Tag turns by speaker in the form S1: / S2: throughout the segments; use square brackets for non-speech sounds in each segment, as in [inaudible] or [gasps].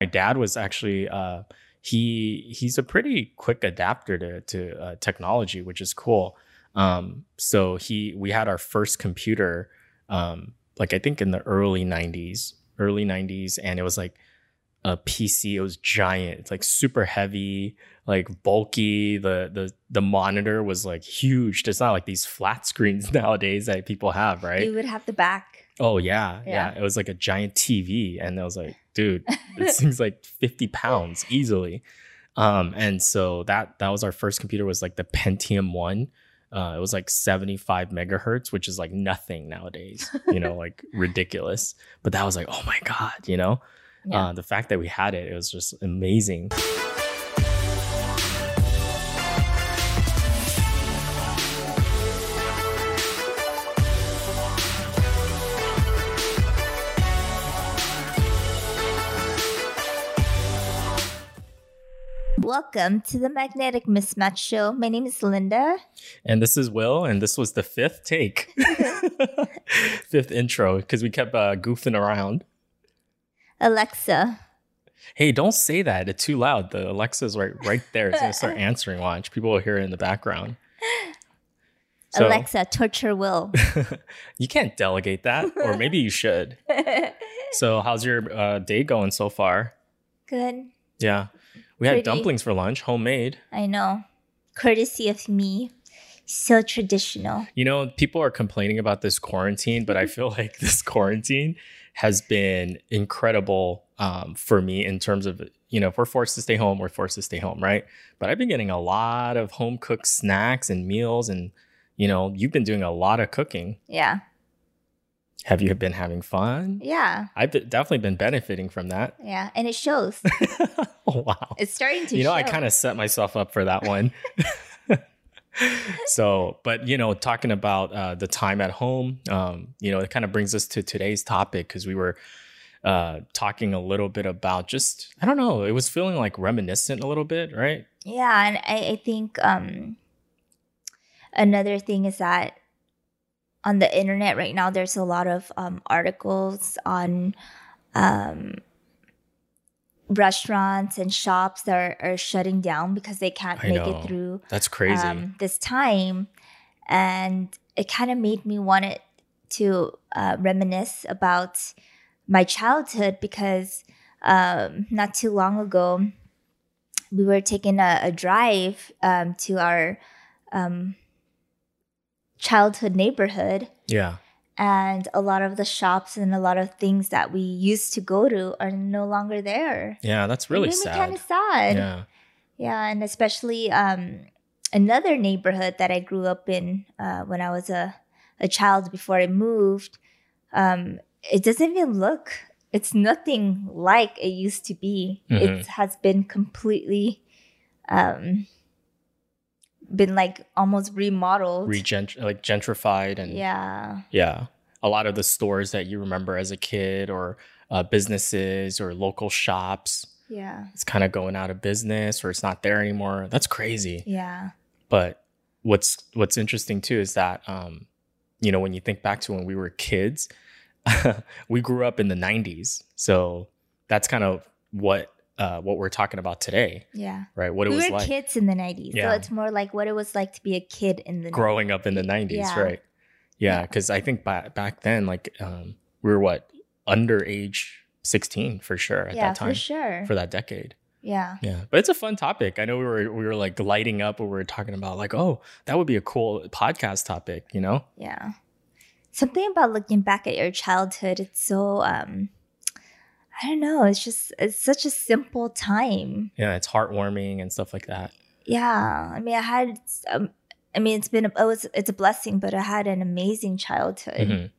S1: my dad was actually uh, he he's a pretty quick adapter to to uh, technology, which is cool. Um, so he we had our first computer, um, like I think in the early '90s, early '90s, and it was like a PC. It was giant, it's like super heavy, like bulky. The the the monitor was like huge. It's not like these flat screens [laughs] nowadays that people have, right?
S2: You would have the back.
S1: Oh yeah,
S2: Yeah.
S1: yeah, It was like a giant TV, and I was like, dude, this thing's like fifty pounds easily. Um, and so that that was our first computer was like the Pentium one. Uh, it was like seventy five megahertz, which is like nothing nowadays. You know, like ridiculous. But that was like, oh my god, you know,
S2: Yeah.
S1: uh, the fact that we had it, it was just amazing.
S2: Welcome to the Magnetic Mismatch Show. My name is Linda.
S1: And this is Will, and this was the fifth take, [laughs] fifth intro, because we kept uh, goofing around.
S2: Alexa,
S1: Hey, don't say that. It's too loud. The Alexa's right right there. It's gonna start answering. Watch. People will hear it in the background. So
S2: Alexa, torture Will.
S1: [laughs] you can't delegate that, or maybe you should. So, how's your uh, day going so far?
S2: Good.
S1: Yeah, we had
S2: Pretty.
S1: dumplings for lunch, homemade.
S2: I know. Courtesy of me. So traditional.
S1: You know, people are complaining about this quarantine, but I feel like this quarantine has been incredible um, for me in terms of, you know, if we're forced to stay home, we're forced to stay home, right? But I've been getting a lot of home cooked snacks and meals, and, you know, you've been doing a lot of cooking.
S2: Yeah.
S1: Have you been having fun?
S2: Yeah.
S1: I've been- definitely been benefiting from that. [laughs]
S2: Yeah. And it shows.
S1: oh, wow.
S2: It's starting to
S1: you know, I
S2: show.
S1: kind of set myself up for that one. [laughs] so, but you know, talking about uh, the time at home, um, you know, it kind of brings us to today's topic because we were uh, talking a little bit about just I don't know, it was feeling like reminiscent a little bit, right?
S2: Yeah, and I, I think um another thing is that on the internet right now there's a lot of um articles on um restaurants and shops that are, are shutting down because they can't
S1: I
S2: make
S1: know.
S2: it through
S1: That's crazy.
S2: um this time and it kind of made me want it to uh, reminisce about my childhood because um, not too long ago we were taking a, a drive um, to our um, childhood neighborhood
S1: yeah,
S2: and a lot of the shops and a lot of things that we used to go to are no longer there
S1: yeah, that's really
S2: it made me kind
S1: sad.
S2: of sad
S1: Yeah,
S2: yeah, and especially um, another neighborhood that I grew up in uh, when I was a, a child before I moved. Um, it doesn't even look, it's nothing like it used to be. It
S1: Mm-hmm.
S2: has been completely, um, been like almost remodeled.
S1: regent like gentrified and
S2: yeah.
S1: Yeah. A lot of the stores that you remember as a kid or uh, businesses or local shops,
S2: Yeah.
S1: it's kind of going out of business or it's not there anymore. That's crazy.
S2: Yeah.
S1: But what's what's interesting too is that um, you know, when you think back to when we were kids, [laughs] we grew up in the 90s. So that's kind of what uh, what we're talking about today,
S2: Yeah.
S1: right? What it
S2: we
S1: was
S2: were
S1: like
S2: kids in the 90s.
S1: Yeah.
S2: So it's more like what it was like to be a kid in the
S1: growing up in the 90s,
S2: Yeah.
S1: right? Yeah, because I think back back then, like um, we were what underage 16 for sure at
S2: Yeah,
S1: that time
S2: for sure.
S1: for that decade.
S2: yeah.
S1: Yeah, but it's a fun topic. I know we were we were like lighting up when we were talking about like, oh, that would be a cool podcast topic, you know?
S2: Yeah. Something about looking back at your childhood, it's so um I don't know, it's just it's such a simple time.
S1: Yeah, it's heartwarming and stuff like that.
S2: Yeah. I mean, I had um, I mean, it's been a, it was it's a blessing, but I had an amazing childhood.
S1: Mhm.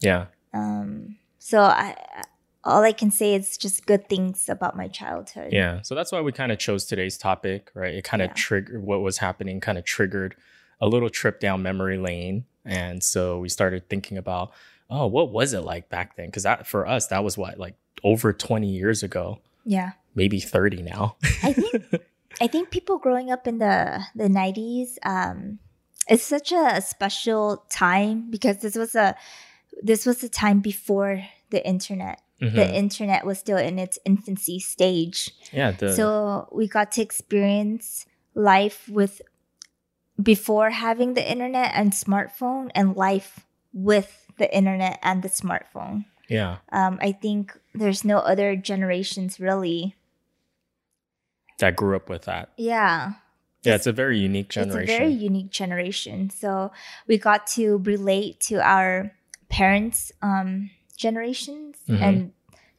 S1: Yeah,
S2: Um so I I- all I can say is just good things about my childhood.
S1: yeah. So that's why we kind of chose today's topic, right? It kind of
S2: Yeah.
S1: triggered what was happening, kind of triggered a little trip down memory lane, and so we started thinking about, oh, what was it like back then? Because that for us, that was what like over twenty years ago,
S2: Yeah.
S1: maybe thirty
S2: [laughs]
S1: now. [laughs] Mm-hmm.
S2: I think I think people growing up in the the nineties, um, it's such a special time because this was a this was a time before the internet.
S1: Hmm.
S2: the internet was still in its infancy stage.
S1: yeah. The,
S2: So we got to experience life with before having the internet and smartphone and life with the internet and the smartphone.
S1: yeah.
S2: Um, I think there's no other generations really.
S1: That grew up with that.
S2: Yeah.
S1: Yeah. It's a very unique generation.
S2: It's a very unique generation. So we got to relate to our parents' um, generations
S1: Mhm.
S2: and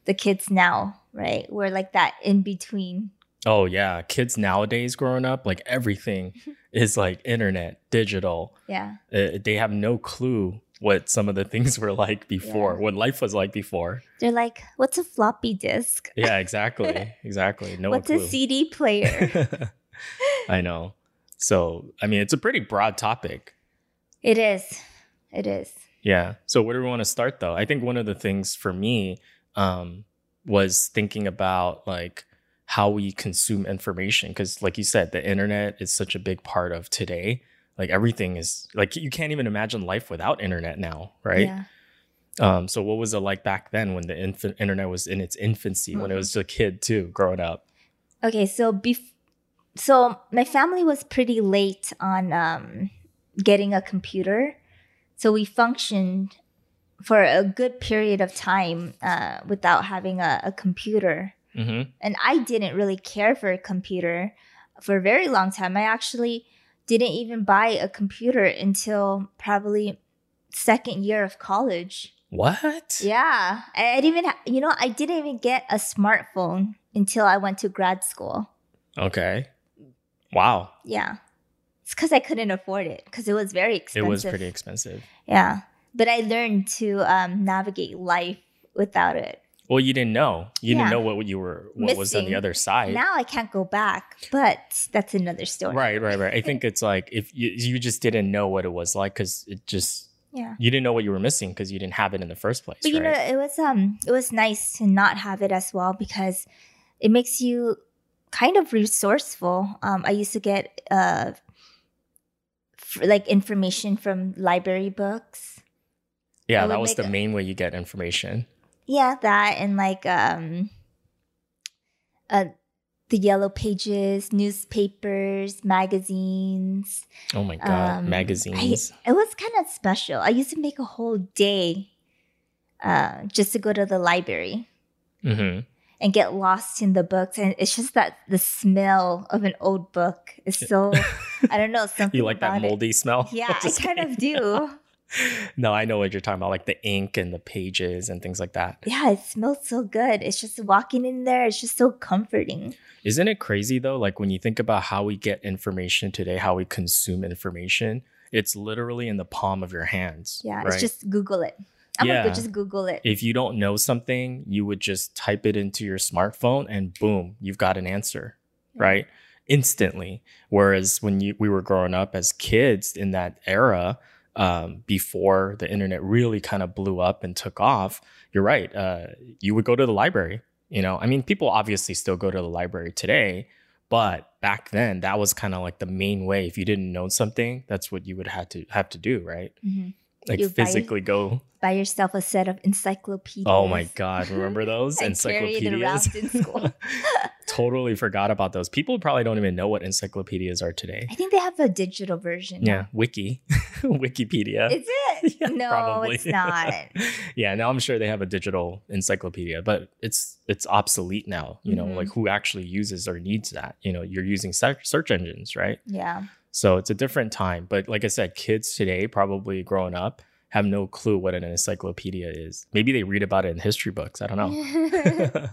S2: the kids now, right? We're like that in between.
S1: Oh yeah, kids nowadays growing up, like
S2: [laughs]
S1: everything is like internet, digital.
S2: Yeah.
S1: Uh, they have no clue what some of the things were like before,
S2: Yeah.
S1: what life was like before.
S2: They're like, what's a floppy disk?
S1: Yeah,
S2: [laughs]
S1: exactly, exactly. No
S2: what's
S1: clue.
S2: a CD player?
S1: [laughs] I know. So I mean, it's a pretty broad topic.
S2: it is. It is.
S1: Yeah. So where do we want to start though? I think one of the things for me um, was thinking about like how we consume information because, like you said, the internet is such a big part of today. Like everything is like you can't even imagine life without internet now, right?
S2: Yeah.
S1: Um, so what was it like back then when the inf- internet was in its infancy, when it
S2: Mm-hmm.
S1: was a kid too, growing up?
S2: Okay. So, bef- so my family was pretty late on um, getting a computer. So we functioned for a good period of time uh, without having a, a computer.
S1: Mm-hmm.
S2: And I didn't really care for a computer for a very long time. I actually didn't even buy a computer until probably second year of college.
S1: What?
S2: Yeah, I, I didn't even ha- you know I didn't even get a smartphone until I went to grad school.
S1: Okay. Wow.
S2: Yeah, it's because I couldn't afford it because it was very
S1: It
S2: expensive.
S1: was pretty expensive.
S2: Yeah, but I learned to um, navigate life without it.
S1: Well, you didn't know. You
S2: Yeah.
S1: didn't know what you were what was on the
S2: Missing.
S1: other side.
S2: now I can't go back, but that's another story.
S1: Right, right, right. I think it's like if you, you just didn't know what it was like because it just
S2: Yeah.
S1: you didn't know what you were missing because you didn't have it in the first place.
S2: But you
S1: right?
S2: know, it was um, it was nice to not have it as well because it makes you kind of resourceful. Um, I used to get uh, f- like information from library books. I
S1: yeah,
S2: would
S1: that was
S2: make
S1: the
S2: a-
S1: main way you get information.
S2: Yeah, that and like um, uh, the yellow pages, newspapers, magazines.
S1: Oh my god,
S2: Um,
S1: magazines.
S2: I, it was kind of special. I used to make a whole day uh, just to go to the library.
S1: hmm
S2: and get lost in the books and it's just that the smell of an old book is
S1: [laughs]
S2: so i don't know something
S1: You like that
S2: about it.
S1: moldy [laughs] smell?
S2: yeah i
S1: Just
S2: kind
S1: kidding.
S2: of do
S1: No, I know what you're talking about, like the ink and the pages and things like that.
S2: yeah it smells so good it's just walking in there it's just so comforting
S1: Isn't it crazy though? Like when you think about how we get information today, how we consume information, it's literally in the palm of your hands.
S2: yeah
S1: right?
S2: it's just google it i'm gonna
S1: Yeah.
S2: go just google it
S1: if you don't know something, you would just type it into your smartphone and boom, you've got an answer, right? Instantly. Whereas when you, we were growing up as kids in that era, um, before the internet really kind of blew up and took off, you're right. Uh, you would go to the library. You know, I mean, people obviously still go to the library today, but back then that was kind of like the main way. If you didn't know something, that's what you would have to have to do, right?
S2: Mhm.
S1: Like
S2: You buy-
S1: physically go
S2: buy yourself a set of encyclopedias
S1: Oh my
S2: [laughs]
S1: god, remember those
S2: I carried it around
S1: encyclopedias?
S2: [laughs] in school.
S1: [laughs] totally forgot about those. People probably don't even know what encyclopedias are today.
S2: i think they have a digital version
S1: Yeah, wiki, [laughs] Wikipedia.
S2: is it
S1: [laughs] Yeah,
S2: no
S1: probably.
S2: it's not
S1: yeah, now I'm sure they have a digital encyclopedia, but it's it's obsolete now. You
S2: Mhm.
S1: know, like who actually uses or needs that? You know, you're using se- search engines, right?
S2: yeah
S1: So it's a different time. But like I said, kids today probably growing up have no clue what an encyclopedia is. Maybe they read about it in history books. I don't know. [laughs]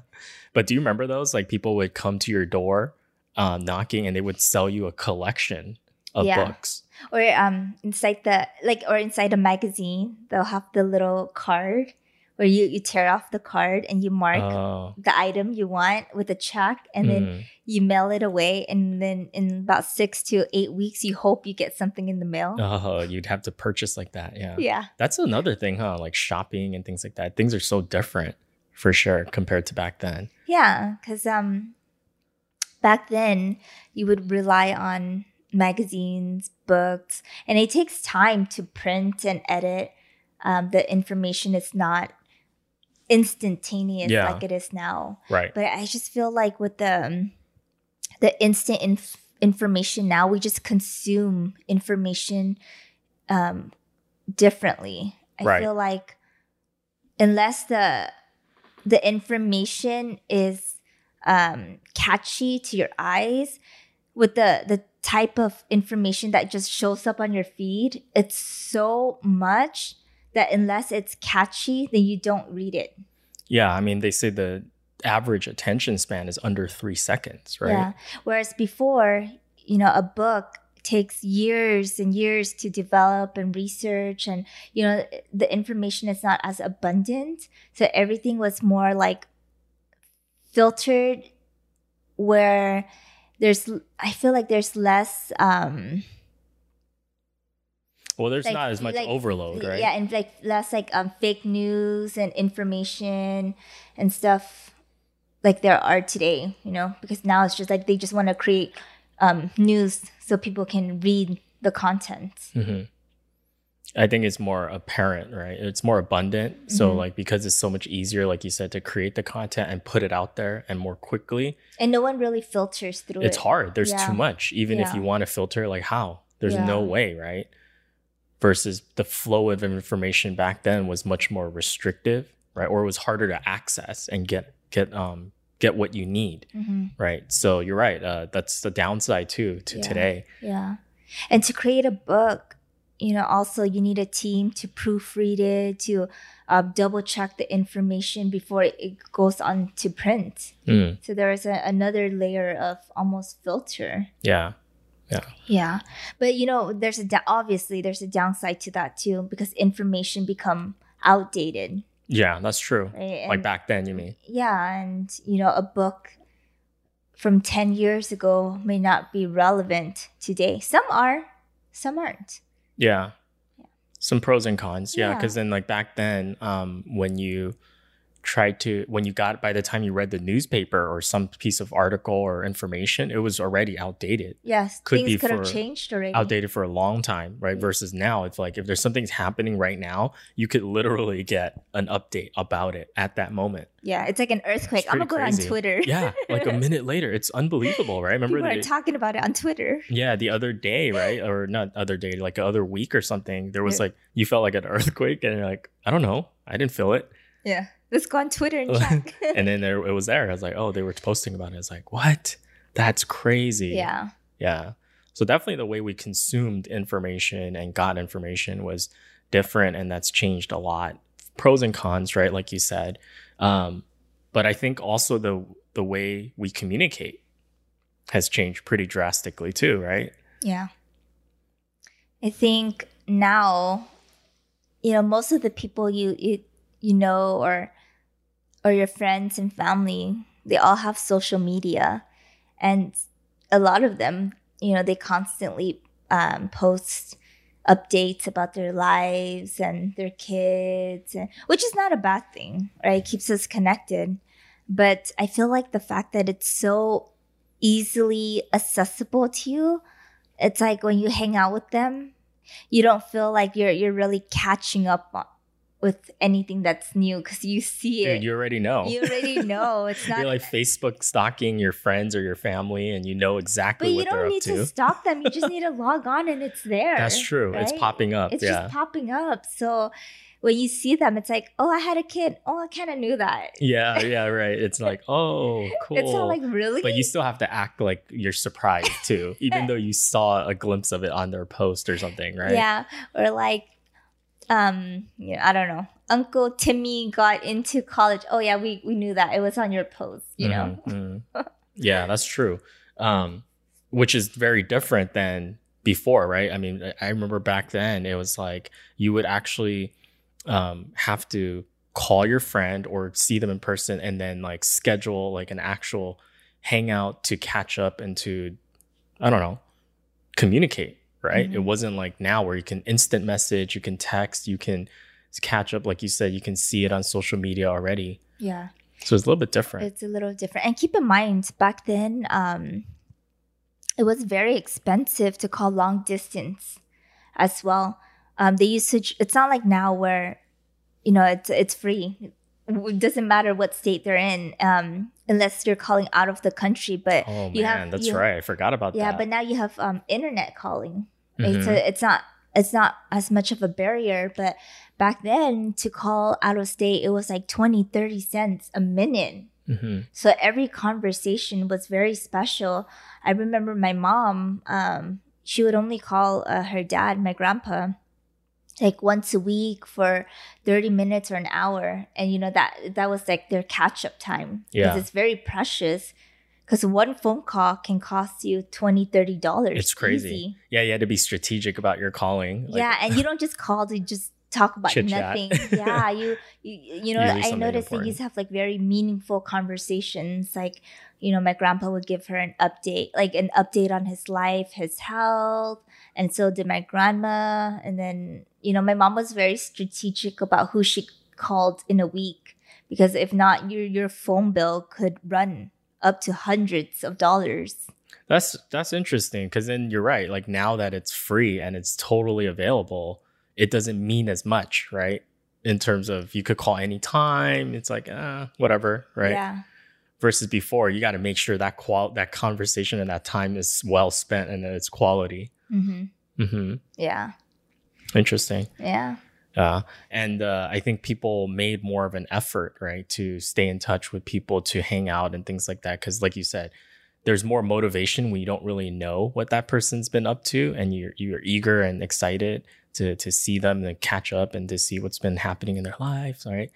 S1: but do you remember those? Like people would come to your door um, knocking and they would sell you a collection of
S2: Yeah.
S1: books.
S2: [laughs] or um inside the like or inside a magazine they'll have the little card where you you tear off the card and you mark
S1: Oh,
S2: the item you want with a check and then
S1: mm.
S2: you mail it away and then in about six to eight weeks you hope you get something in the mail
S1: oh, you'd have to purchase like that. Yeah.
S2: yeah
S1: That's another thing, huh? Like shopping and things like that. Things are so different for sure compared to back then.
S2: yeah because um back then you would rely on magazines books and it takes time to print and edit um, the information is not instantaneous
S1: Yeah.
S2: like it is now.
S1: right
S2: But I just feel like with the um, the instant inf- information now, we just consume information um, differently. I
S1: Right.
S2: feel like unless the the information is um, catchy to your eyes, with the the type of information that just shows up on your feed, it's so much that unless it's catchy, then you don't read it.
S1: yeah i mean they say the average attention span is under three seconds right
S2: Yeah. Whereas before, you know, a book takes years and years to develop and research and you know the information is not as abundant so everything was more like filtered where there's i feel like there's less um
S1: well there's
S2: Like-
S1: not as much
S2: like-
S1: overload right
S2: yeah and like less like um fake news and information and stuff like there are today you know because now it's just like they just want to create um news so people can read the content
S1: hmm I think it's more apparent, right? It's more abundant. So,
S2: Mhm.
S1: like, because it's so much easier, like you said, to create the content and put it out there and more quickly,
S2: and no one really filters through
S1: it's
S2: it
S1: hard. There's
S2: Yeah.
S1: too much. Even if
S2: Yeah.
S1: you want to filter, like, how? There's
S2: Yeah.
S1: no way, right? Versus the flow of information back then was much more restrictive, right? Or it was harder to access and get get um get what you need,
S2: Mhm.
S1: right? So you're right. Uh, that's the downside too to
S2: Yeah.
S1: today.
S2: yeah and to create a book you know also you need a team to proofread it to uh, double check the information before it goes on to print
S1: Mm,
S2: so there is a, another layer of almost filter
S1: yeah.
S2: Yeah, but you know, there's a da- obviously there's a downside to that too because information become outdated,
S1: Yeah. That's true.
S2: right?
S1: like
S2: And-
S1: back then, you mean?
S2: Yeah, and you know, a book from ten years ago may not be relevant today. Some are, some aren't.
S1: Yeah. Some pros and cons. Yeah.
S2: Yeah.
S1: Cause then, like back then, um, when you tried to, when you got, by the time you read the newspaper or some piece of article or information, it was already outdated,
S2: Yes,
S1: Could be
S2: things could have
S1: for
S2: changed already.
S1: outdated for a long time, right?
S2: Yeah.
S1: Versus now, it's like if there's something's happening right now, you could literally get an update about it at that moment.
S2: Yeah, it's like an earthquake.
S1: It's
S2: I'm gonna
S1: pretty
S2: go
S1: crazy.
S2: on Twitter.
S1: Yeah. like a minute later, it's unbelievable, right? Remember
S2: [laughs] people
S1: the
S2: are talking about it on Twitter.
S1: yeah, the other day, right? Or not other day, like other week or something, there was
S2: Yeah.
S1: like, you felt like an [laughs] earthquake and you're like, I don't know. I didn't feel it.
S2: Yeah, let's go on Twitter
S1: [laughs]
S2: and check.
S1: and then there it was there. I was like, oh, they were posting about it. It's like, what? That's crazy.
S2: [laughs] yeah,
S1: Yeah. So definitely the way we consumed information and got information was different and that's changed a lot. Pros and cons, right? Like you said. Um, but I think also the the way we communicate has changed pretty drastically too, right?
S2: Yeah. I think now, you know, most of the people you you, you know or or your friends and family, they all have social media, and a lot of them, you know, they constantly um, post updates about their lives and their kids, and, which is not a bad thing, right? It keeps us connected, but I feel like the fact that it's so easily accessible to you it's like when you hang out with them, you don't feel like you're you're really catching up on, with anything that's new because you see it.
S1: Dude, you already [laughs] know.
S2: You already know it's not.
S1: You're like Facebook stalking your friends or your family, and you know
S2: but
S1: exactly
S2: you
S1: what they're
S2: don't
S1: up
S2: need
S1: to. [laughs]
S2: to stop them. You just need to log on and it's there.
S1: That's true. It's
S2: right?
S1: popping up.
S2: It's
S1: yeah.
S2: just popping up. So when you see them, it's like, oh, I had a kid. Oh, I kind of knew that.
S1: yeah. Yeah. Right.
S2: [laughs]
S1: It's like, oh, cool.
S2: It's not like really.
S1: but you still have to act like you're surprised
S2: [laughs]
S1: too, even though you saw a glimpse of it on their post or something, right?
S2: Yeah, or like, um, you know, I don't know. Uncle Timmy got into college. Oh yeah, we we knew that. It was on your post. You know.
S1: Mhm, mhm. yeah, that's true. Um, which is very different than before, right? I mean, I- I remember back then it was like you would actually um, have to call your friend or see them in person and then like schedule like an actual hangout to catch up and to, I don't know, communicate, right? It
S2: Mhm.
S1: wasn't like now where you can instant message, you can text, you can catch up. Like you said, you can see it on social media already.
S2: Yeah,
S1: So it's a little bit different.
S2: it's a little different. And keep in mind, back then, um, it was very expensive to call long distance, as well. Um, they used to. ch- It's not like now where, you know, it's it's free. it doesn't matter what state they're in, um, unless you're calling out of the country. But
S1: Oh man,
S2: You have-
S1: that's
S2: you-
S1: right. I forgot about
S2: yeah, but
S1: that.
S2: now you have um, internet calling. It's
S1: Mhm.
S2: a, it's not it's not as much of a barrier, but back then to call out of state, it was like 20, 30 cents a minute.
S1: Mhm.
S2: So every conversation was very special. I remember my mom, um, she would only call uh, her dad, my grandpa, like once a week for 30 minutes or an hour. And, you know, that that was like their catch up time.
S1: Yeah.
S2: it's very precious because one phone call can cost you 20 $30.
S1: It's crazy.
S2: Easy.
S1: Yeah, you had to be strategic about your calling. Like,
S2: yeah. And you don't just call to just talk about
S1: Chit chat. [laughs]
S2: nothing. Yeah. You, you, you
S1: Usually
S2: know, I
S1: something
S2: noticed that you
S1: important.
S2: used to have like very meaningful conversations. Like, you know, my grandpa would give her an update, like an update on his life, his health, and so did my grandma. And then, you know, my mom was very strategic about who she called in a week because if not, your your phone bill could run up to hundreds of dollars.
S1: That's that's interesting because then you're right. Like now that it's free and it's totally available, it doesn't mean as much, right? In terms of you could call anytime. It's like uh, whatever, right?
S2: Yeah.
S1: Versus before, you got to make sure that qual that conversation and that time is well spent and that it's quality.
S2: hmm
S1: hmm
S2: Yeah.
S1: Interesting.
S2: Yeah.
S1: Uh, and uh, I think people made more of an effort, right, to stay in touch with people, to hang out and things like that. Because, like you said, there's more motivation when you don't really know what that person's been up to, and you're you're eager and excited to to see them and catch up and to see what's been happening in their lives, right?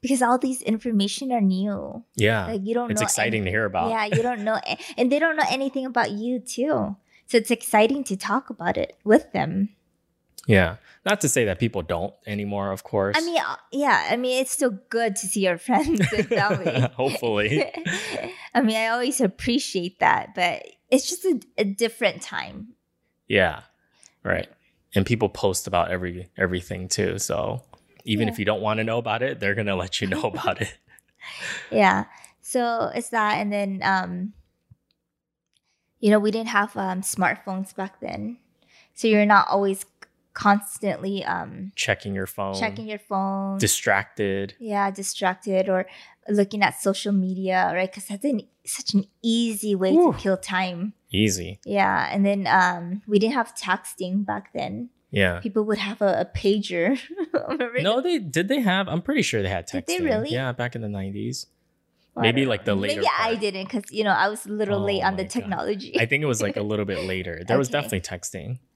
S2: Because all these information are new.
S1: Yeah,
S2: Like you don't
S1: it's
S2: know
S1: exciting to hear about.
S2: Yeah,
S1: [laughs]
S2: you don't know, a- and they don't know anything about you too. So it's exciting to talk about it with them.
S1: Yeah. not to say that people don't anymore, of course.
S2: I mean, uh, yeah, I mean, it's still good to see your
S1: [laughs]
S2: [laughs] friends and family. [laughs]
S1: hopefully,
S2: I mean, I always appreciate that, but it's just a, a different time.
S1: Yeah. Right. And people post about every everything too. So even
S2: Yeah.
S1: if you don't want to know about it, they're gonna let you
S2: [laughs]
S1: know about it.
S2: Yeah. So it's that, and then, um, you know, we didn't have um, smartphones back then, so you're not always constantly um,
S1: Checking your phone.
S2: checking your phone.
S1: distracted.
S2: yeah distracted or looking at social media right because that's an, such an easy way
S1: Oof.
S2: to kill time
S1: Easy.
S2: yeah and then um we didn't have texting back then
S1: Yeah.
S2: people would have a, a pager [laughs] Remember?
S1: Uh. No, they did they have I'm pretty sure they had texting.
S2: Did they really?
S1: Yeah, back in the
S2: [laughs]
S1: nineties.
S2: Well, I
S1: maybe
S2: don't
S1: like the
S2: know.
S1: later
S2: maybe i
S1: part.
S2: didn't because you know i was a little
S1: Oh
S2: late on the
S1: my God.
S2: technology
S1: I think it was like a little bit later. There was
S2: Okay.
S1: definitely texting.
S2: [laughs]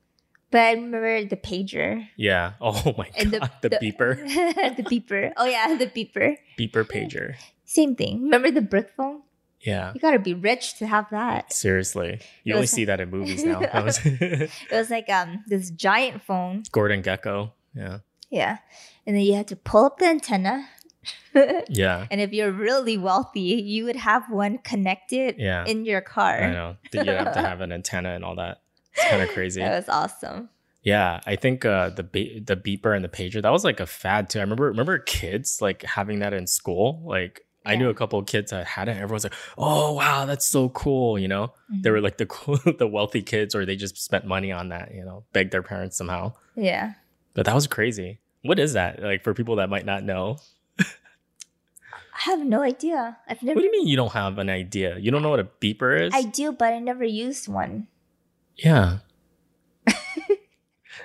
S2: but i remember the pager
S1: Yeah. [laughs] Oh my god.
S2: And
S1: The, beeper.
S2: [laughs] the beeper oh yeah the beeper
S1: Beeper pager.
S2: same thing remember the brick phone
S1: Yeah.
S2: you gotta be rich to have that
S1: Seriously. You
S2: It
S1: only
S2: was-
S1: see that in
S2: [laughs]
S1: movies now. That was-
S2: it was like um this giant phone
S1: [laughs] Gordon Gecko. Yeah.
S2: Yeah. And then you had to pull up the antenna. [laughs] and
S1: Yeah.
S2: if you're really wealthy, you would have one connected
S1: Yeah.
S2: in your
S1: I
S2: car.
S1: know. Did you have to have an antenna and all that? It's kind of crazy.
S2: [laughs] That was awesome.
S1: Yeah, I think uh, the be- the beeper and the pager that was like a fad too. I remember remember kids like having that in school. Like I knew
S2: Yeah.
S1: a couple of kids that had it. and Everyone's like, "Oh wow, that's so cool!" You know, they were like the [laughs] cool, the wealthy kids, or they just spent money on that. You know, begged their parents somehow.
S2: Mm-hmm. Yeah.
S1: But that was crazy. What is that like for people that might not know?
S2: I have no idea. I've never
S1: What do you mean you don't have an idea? You don't know what a beeper is?
S2: I do, but I never used one. [laughs]
S1: yeah. [laughs]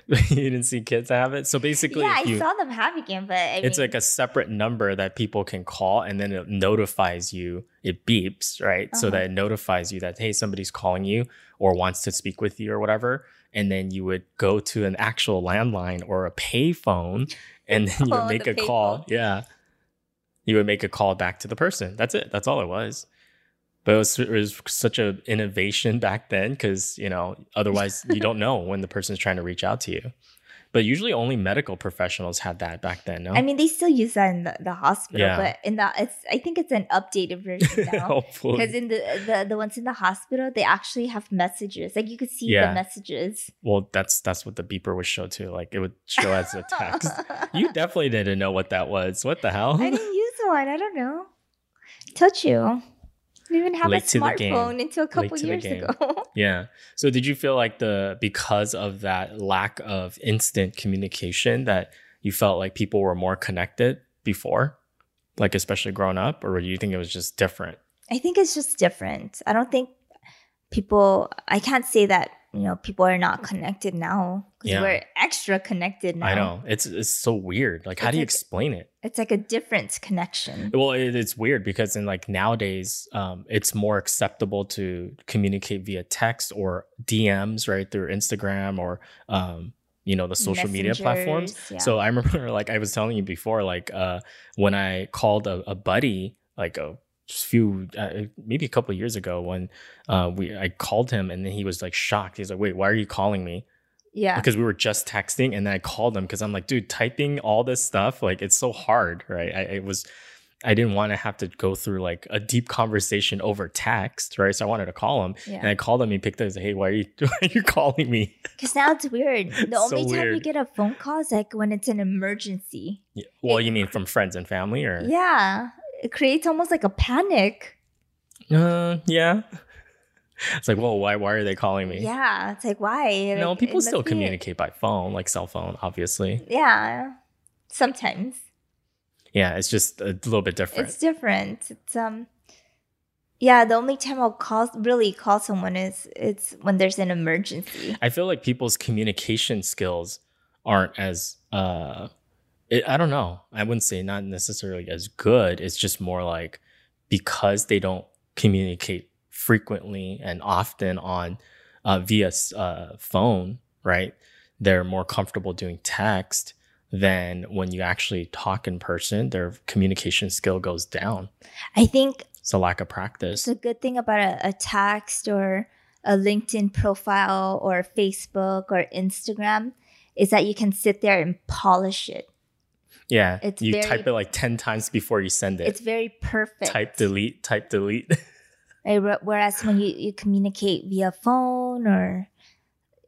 S1: you didn't see kids that have it, so basically,
S2: yeah, I
S1: if you,
S2: saw them having it, but I
S1: it's
S2: mean,
S1: like a separate number that people can call and then it notifies you it beeps right so
S2: Uh-huh.
S1: that it notifies you that hey somebody's calling you or wants to speak with you or whatever and then you would go to an actual landline or a payphone and then you
S2: Oh,
S1: would make
S2: the
S1: a call
S2: payphone.
S1: yeah you would make a call back to the person that's it that's all it was but it was, it was such an innovation back then because you know otherwise you don't know when the person's trying to reach out to you but usually only medical professionals had that back then no
S2: I mean they still use that in the, the hospital,
S1: Yeah.
S2: but in the it's I think it's an updated [laughs]
S1: [laughs]
S2: version now. Because
S1: Hopefully.
S2: in the, the the ones in the hospital, they actually have messages. Like you could see
S1: Yeah.
S2: the messages.
S1: well, that's that's what the beeper would show too. Like it would show as a
S2: [laughs]
S1: text. you definitely didn't know what that was. What the hell?
S2: I didn't use one. I don't know. Told you. We didn't have
S1: Late
S2: a
S1: to the game.
S2: smartphone until a couple
S1: Late to the
S2: years
S1: game.
S2: ago.
S1: [laughs]
S2: [laughs]
S1: Yeah. So did you feel like the because of that lack of instant communication that you felt like people were more connected before? like especially grown up, or do you think it was just different?
S2: I think it's just different. I don't think people. I can't say that you know people are not connected now because
S1: Yeah.
S2: we're extra connected now.
S1: I know it's it's so weird. Like, how
S2: It's
S1: do you
S2: like-
S1: explain it?
S2: It's like a different connection.
S1: Well, it, it's weird because in like nowadays, um, it's more acceptable to communicate via text or DMs, right, through Instagram or um, you know, the social media platforms.
S2: Messengers, yeah.
S1: So I remember, [laughs] like I was telling you before, like uh, when I called a, a buddy, like a few, uh, maybe a couple of years ago, when uh, we I called him, and then he was like shocked. He's like, "Wait, why are you calling me?"
S2: yeah.
S1: Because we were just texting, and then I called him because I'm like, "Dude, typing all this stuff, like it's so hard, right?" I it was. I didn't want to have to go through like a deep conversation over text, right? So I wanted to call him, and
S2: yeah.
S1: I called him. He picked up. He's like, "Hey, why are you [laughs] why are you calling me?"
S2: Because now it's
S1: [laughs]
S2: weird. The
S1: So
S2: only time you
S1: weird.
S2: get a phone call is like when it's an emergency.
S1: Yeah. Well, you mean from friends and family, or
S2: Yeah. It creates almost like a panic.
S1: Uh, yeah. [laughs] It's like, well, why why are they calling me?
S2: Yeah. It's like, why?
S1: no,
S2: Like,
S1: people
S2: it
S1: still
S2: must be-
S1: communicate by phone, like cell phone, obviously.
S2: Yeah. Sometimes
S1: Yeah, it's just a little bit different.
S2: it's different. It's, um, yeah, the only time I'll call really call someone is it's when there's an emergency.
S1: I feel like people's communication skills aren't as uh it, I don't know. I wouldn't say not necessarily as good. It's just more like because they don't communicate frequently and often on uh, via uh, phone, right? They're more comfortable doing text than when you actually talk in person. Their communication skill goes down.
S2: I think
S1: It's a lack of practice.
S2: It's a good thing about a, a text or a LinkedIn profile or Facebook or Instagram is that you can sit there and polish it.
S1: Yeah,
S2: it's
S1: you
S2: very-
S1: type it like ten times before you send
S2: It's
S1: it.
S2: very perfect.
S1: Type delete, type delete. [laughs]
S2: Right, whe- Whereas when you, you communicate via phone or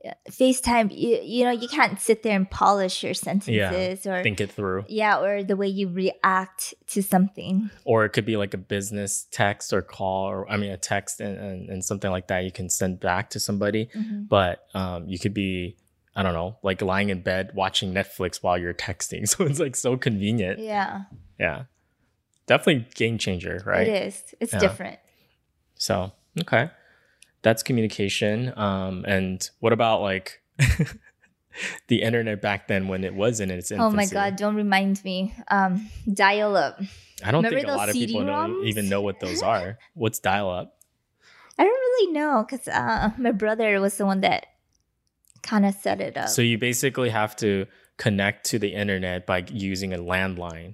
S2: uh, FaceTime, you, you know, you can't sit there and polish your sentences or
S1: Think it through.
S2: yeah, or the way you react to something.
S1: or it could be like a business text or call or i mean a text and, and, and something like that you can send back to somebody
S2: Mhm.
S1: but um, you could be i don't know like lying in bed watching netflix while you're texting [laughs] so it's like so convenient yeah,
S2: Yeah,
S1: definitely game changer right
S2: it is. It's
S1: Yeah.
S2: different.
S1: so okay that's communication um, and what about like [laughs] the internet back then when it was in its infancy
S2: Oh my God, don't remind me. Um, dial up.
S1: i don't
S2: Remember
S1: think a
S2: those
S1: lot of people know,
S2: CD-ROMs?
S1: even know what those are what's dial-up
S2: I don't really know because uh, my brother was the one that kind of set it up.
S1: So you basically have to connect to the internet by using a landline,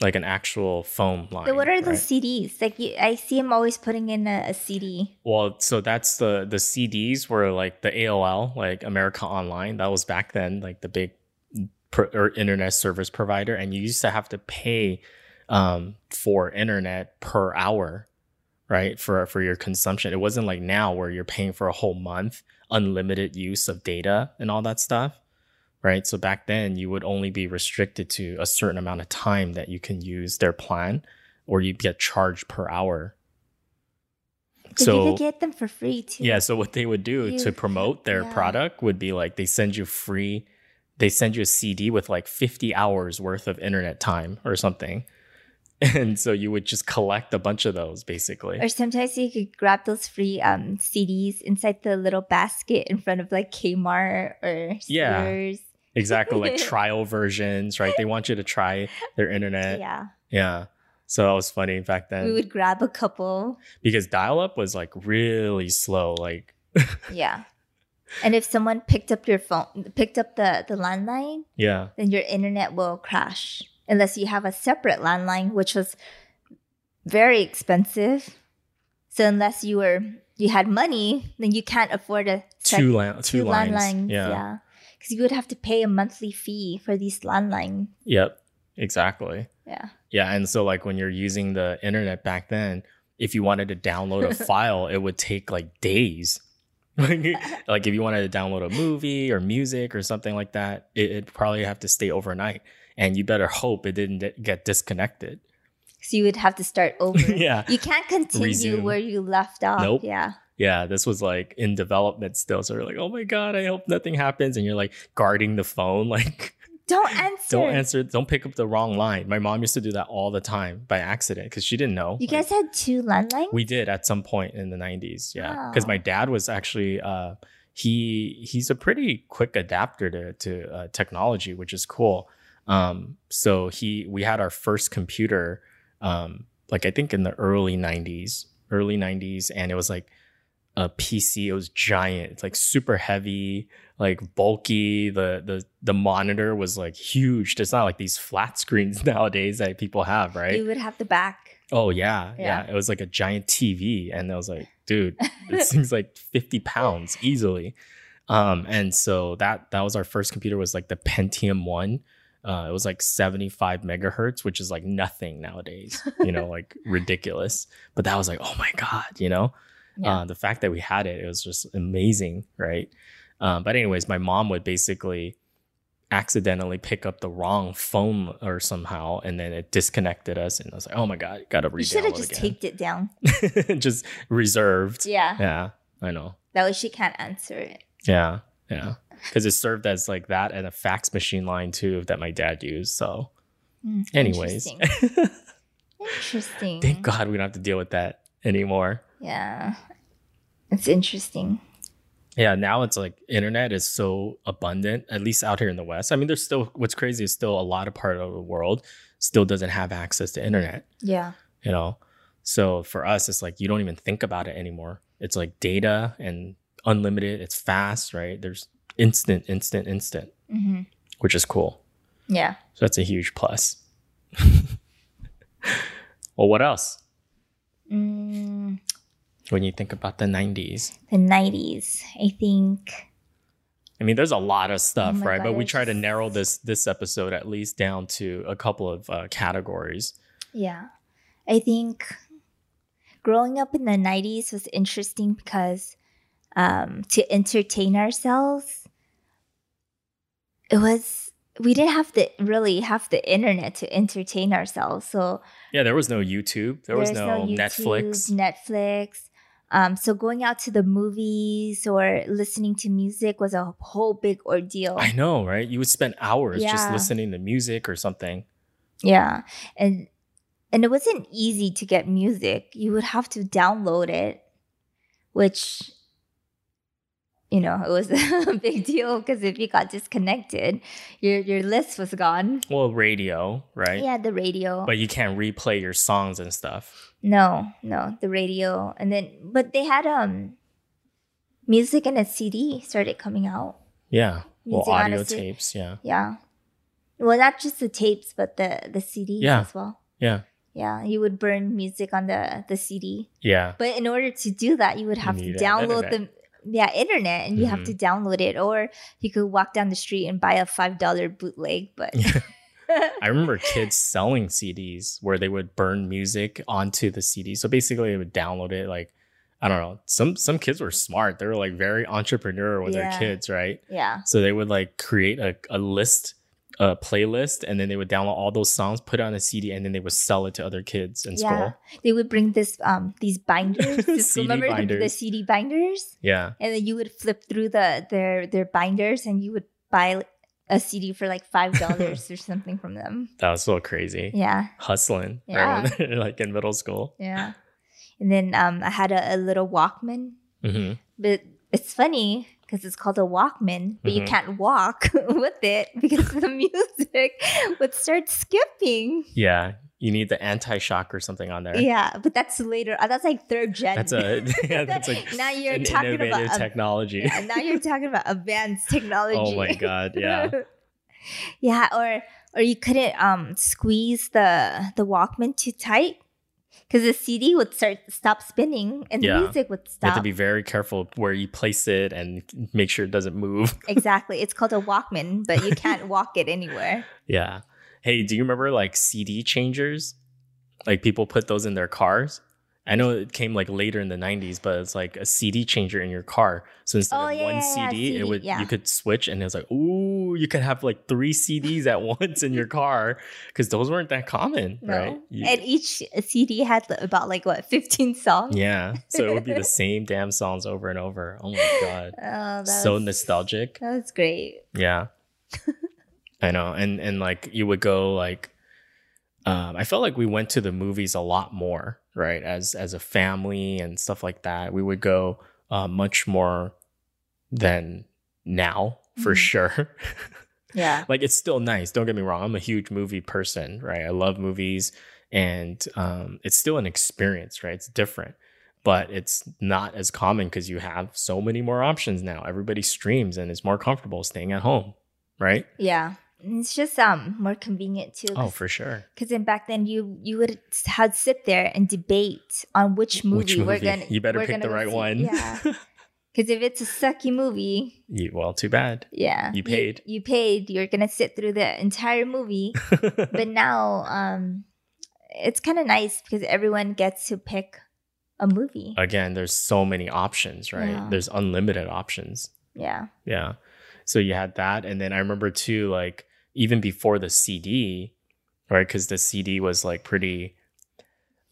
S1: like an actual phone line.
S2: so what are
S1: right?
S2: those CDs? Like you, I see him always putting in a, a CD.
S1: Well, so that's the the CDs were like the AOL, like America Online. That was back then, like the big pro- or internet service provider, and you used to have to pay um, for internet per hour, right? For for your consumption, it wasn't like now where you're paying for a whole month, unlimited use of data and all that stuff, right? So back then, you would only be restricted to a certain amount of time that you can use their plan, or you get charged per hour.
S2: 'Cause you could get them for free too.
S1: Yeah. So what they would do
S2: You-
S1: to promote their
S2: yeah.
S1: product would be like they send you free, they send you a CD with like 50 hours worth of internet time or something. [laughs] And so you would just collect a bunch of those basically.
S2: [laughs] Or sometimes you could grab those free um, CDs inside the little basket in front of like Kmart or
S1: Yeah.
S2: Sears.
S1: Exactly. Like trial versions, right? They want you to try their internet. Yeah.
S2: Yeah.
S1: So that was funny back then
S2: We would grab a couple.
S1: because dial up was like really slow. Like,
S2: Yeah. And if someone picked up your phone, picked up the, the landline,
S1: yeah.
S2: then your internet will crash unless you have a separate landline which was very expensive so unless you were you had money then you can't afford a sec-
S1: Two, lan- two, lines.
S2: landlines
S1: yeah.
S2: yeah because you would have to pay a monthly fee for these landline
S1: Yep. Exactly.
S2: yeah
S1: Yeah, and so like when you're using the internet back then, if you wanted to download a file, it would take like days. [laughs] like if you wanted to download a movie or music or something like that, it, it'd probably have to stay overnight, and you better hope it didn't di- get disconnected. [laughs]
S2: so you would have to start over
S1: yeah,
S2: you can't continue
S1: Resume.
S2: where you left off
S1: Nope.
S2: yeah
S1: yeah, this was like in development still, so you're like, oh my god, I hope nothing happens, and you're like guarding the phone, [laughs] like
S2: Don't answer.
S1: Don't answer. Don't pick up the wrong line. My mom used to do that all the time by accident because she didn't know.
S2: You
S1: Like,
S2: guys had two landlines?
S1: we did at some point in the 90s yeah because
S2: Wow.
S1: my dad was actually uh, he he's a pretty quick adapter to, to uh, technology which is cool um, so he we had our first computer um, like i think in the early 90s early 90s and it was like a pc it was giant it's like super heavy like bulky the the the monitor was like huge it's not like these flat screens [laughs] nowadays that people have right
S2: You would have the back.
S1: Oh yeah, yeah,
S2: Yeah.
S1: It was like a giant TV, and I was like, dude, this thing's like fifty pounds easily. Um, and so that that was our first computer was like the Pentium one. Uh, it was like seventy five megahertz, which is like nothing nowadays. You know, like ridiculous. But that was like, oh my god, you know,
S2: Yeah.
S1: uh, the fact that we had it, it was just amazing, right? Um, but anyways, my mom would basically accidentally pick up the wrong phone or somehow, and then it disconnected us, and I was like, "Oh my god, gotta
S2: you
S1: read
S2: should have just
S1: again."
S2: taped it down.
S1: [laughs] just reserved.
S2: Yeah.
S1: Yeah, I know.
S2: That way she can't answer it.
S1: Yeah,
S2: [laughs]
S1: yeah, because it served as like that and a fax machine line too that my dad used. So,
S2: Mm,
S1: anyways,
S2: Interesting.
S1: [laughs]
S2: Interesting.
S1: thank God we don't have to deal with that anymore.
S2: Yeah. It's interesting.
S1: Yeah, now it's like internet is so abundant, at least out here in the West. I mean, there's still what's crazy is still a lot of part of the world still doesn't have access to internet,
S2: Yeah.
S1: you know. So for us, it's like you don't even think about it anymore. It's like data and unlimited, it's fast, right? There's instant, instant, instant,
S2: hmm
S1: which is cool.
S2: Yeah.
S1: So that's a huge plus. [laughs] well, what else
S2: Mm,
S1: when you think about the 90s?
S2: the 90s, I think.
S1: I mean, there's a lot of stuff,
S2: Oh my
S1: right?
S2: God,
S1: but we
S2: there's
S1: try to
S2: just-
S1: narrow this this episode at least down to a couple of uh, categories.
S2: Yeah. I think growing up in the 90s was interesting because um, to entertain ourselves, it was, we didn't have the really have the internet to entertain ourselves. So
S1: Yeah, there was no YouTube, there was
S2: there's
S1: no,
S2: YouTube,
S1: Netflix.
S2: Netflix. Um, so going out to the movies or listening to music was a whole big ordeal.
S1: I know, right? You would spend hours just
S2: Yeah.
S1: listening to music or something.
S2: Yeah. And and it wasn't easy to get music. You would have to download it, which you know, it was [laughs] a big deal because if you got disconnected, your your list was gone.
S1: Well, radio, right?
S2: Yeah, the radio.
S1: But you can't replay your songs and stuff.
S2: no, no, the radio. And then but they had um music and a CD started coming out.
S1: Yeah. Well,
S2: Music on
S1: audio
S2: a C-
S1: tapes. Yeah.
S2: Yeah. Well, not just the tapes, but the the CDs
S1: Yeah.
S2: as well.
S1: Yeah.
S2: Yeah, you would burn music on the the CD.
S1: Yeah. [laughs]
S2: But in order to do that, you would
S1: You
S2: have to
S1: need an
S2: download
S1: internet. Mm-hmm.
S2: the yeah internet, and you have to download it, or you could walk down the street and buy a five dollar bootleg. But
S1: I remember kids selling CDs where they would burn music onto the CD. So basically, they would download it. Like, I don't know. Some some kids were smart. They were like very entrepreneurial with
S2: Yeah.
S1: their kids, right?
S2: [laughs] yeah,
S1: So they would like create a, a list, a playlist, and then they would download all those songs, put it on a CD, and then they would sell it to other kids in
S2: yeah,
S1: school.
S2: they would bring this um these
S1: [laughs]
S2: binders, Just
S1: CD
S2: remember the- the
S1: binders.
S2: CD binders,
S1: Yeah.
S2: and then you would flip through the their their binders, and you would buy a CD for like five
S1: [laughs]
S2: dollars or something from them.
S1: That was so crazy.
S2: Yeah,
S1: Hustling.
S2: Yeah.
S1: right? [laughs] like in middle school.
S2: yeah. And then um, I had a, a little Walkman
S1: hmm
S2: but it's funny because it's called a Walkman, but you
S1: Mhm.
S2: can't walk [laughs] with it because the [laughs] music would start skipping.
S1: Yeah. You need the anti shock or something on there.
S2: Yeah, but that's later. uh, That's like third gen.
S1: That's a [laughs] yeah, that's like
S2: Now you're
S1: an
S2: talking about
S1: innovative
S2: a-
S1: technology.
S2: [laughs] Yeah, now you're talking about advanced technology.
S1: Oh my
S2: [laughs]
S1: god, yeah.
S2: yeah, or or you couldn't um squeeze the the Walkman too tight because the CD would start stop spinning and
S1: Yeah.
S2: the music would
S1: You have to
S2: stop.
S1: be very careful where you place it and make sure it doesn't move. [laughs]
S2: exactly. It's called a Walkman, but you can't walk it anywhere.
S1: Yeah. Hey, do you remember like CD changers? Like people put those in their cars? I know it came like later in the 90s, but it's like a CD changer in your car. So instead
S2: Oh,
S1: of
S2: yeah,
S1: one
S2: yeah, yeah,
S1: CD,
S2: CD,
S1: it would
S2: yeah.
S1: you could switch and it was like, "Ooh, you could have like 3 CDs at [laughs] once in your car cuz those weren't that common,
S2: No.
S1: right? You-
S2: and each CD had about like what, 15 songs?
S1: yeah. So it would be
S2: [laughs]
S1: the same damn songs over and over. Oh my god.
S2: Oh, [laughs] that
S1: so
S2: was,
S1: nostalgic.
S2: That was great.
S1: Yeah. I know, and and like you would go like, um, I felt like we went to the movies a lot more, right? As as a family and stuff like that, we would go uh, much more than now for
S2: Mhm.
S1: sure.
S2: Yeah.
S1: like it's still nice. Don't get me wrong. I'm a huge movie person, right? I love movies, and um, it's still an experience, right? It's different, but it's not as common because you have so many more options now. Everybody streams and is more comfortable staying at home, right?
S2: Yeah. And it's just um more convenient too.
S1: Oh, for sure.
S2: Because then back then you you would s- had sit there and debate on which movie,
S1: Which
S2: we're
S1: movie?
S2: gonna.
S1: you better
S2: we're
S1: pick
S2: gonna
S1: the
S2: go
S1: right
S2: see.
S1: one. [laughs]
S2: Yeah. Because if it's a sucky movie,
S1: You- well, too bad. [laughs]
S2: yeah,
S1: You paid.
S2: You, paid. You're gonna sit through the entire movie. but now, um, it's kind of nice because everyone gets to pick a movie.
S1: Again, there's so many options, right?
S2: Yeah.
S1: There's unlimited options.
S2: yeah.
S1: Yeah. So you had that. And then I remember too, like even before the CD, right? Because the CD was like pretty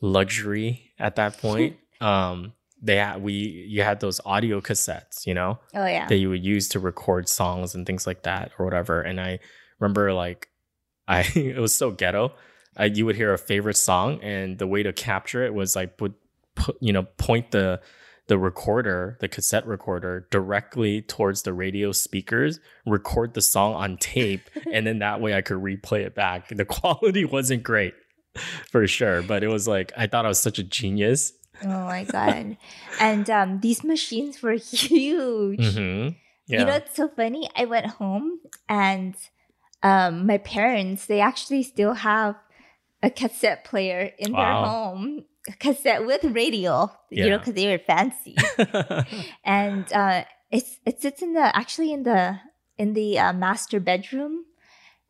S1: luxury at that point. um, they had, we, you had those audio cassettes, you know,
S2: Oh yeah.
S1: that you would use to record songs and things like that or whatever. And I remember like, [laughs] I, it was so ghetto. Uh, you would hear a favorite song and the way to capture it was like, put, put you know, point the, the recorder, the cassette recorder, directly towards the radio speakers, record the song on
S2: [laughs]
S1: tape, and then that way I could replay it back. The [laughs] quality wasn't great for sure, but it was like I thought I was such a genius.
S2: oh my god. And um, these machines were [laughs] huge.
S1: hmm Yeah. [laughs]
S2: You know, it's so funny. I went home and um, my parents, they actually still have a cassette player in
S1: Wow.
S2: their home, a cassette with radio, you know,
S1: Yeah.
S2: because they were fancy. and uh, it's it sits in the actually in the in the uh, master bedroom,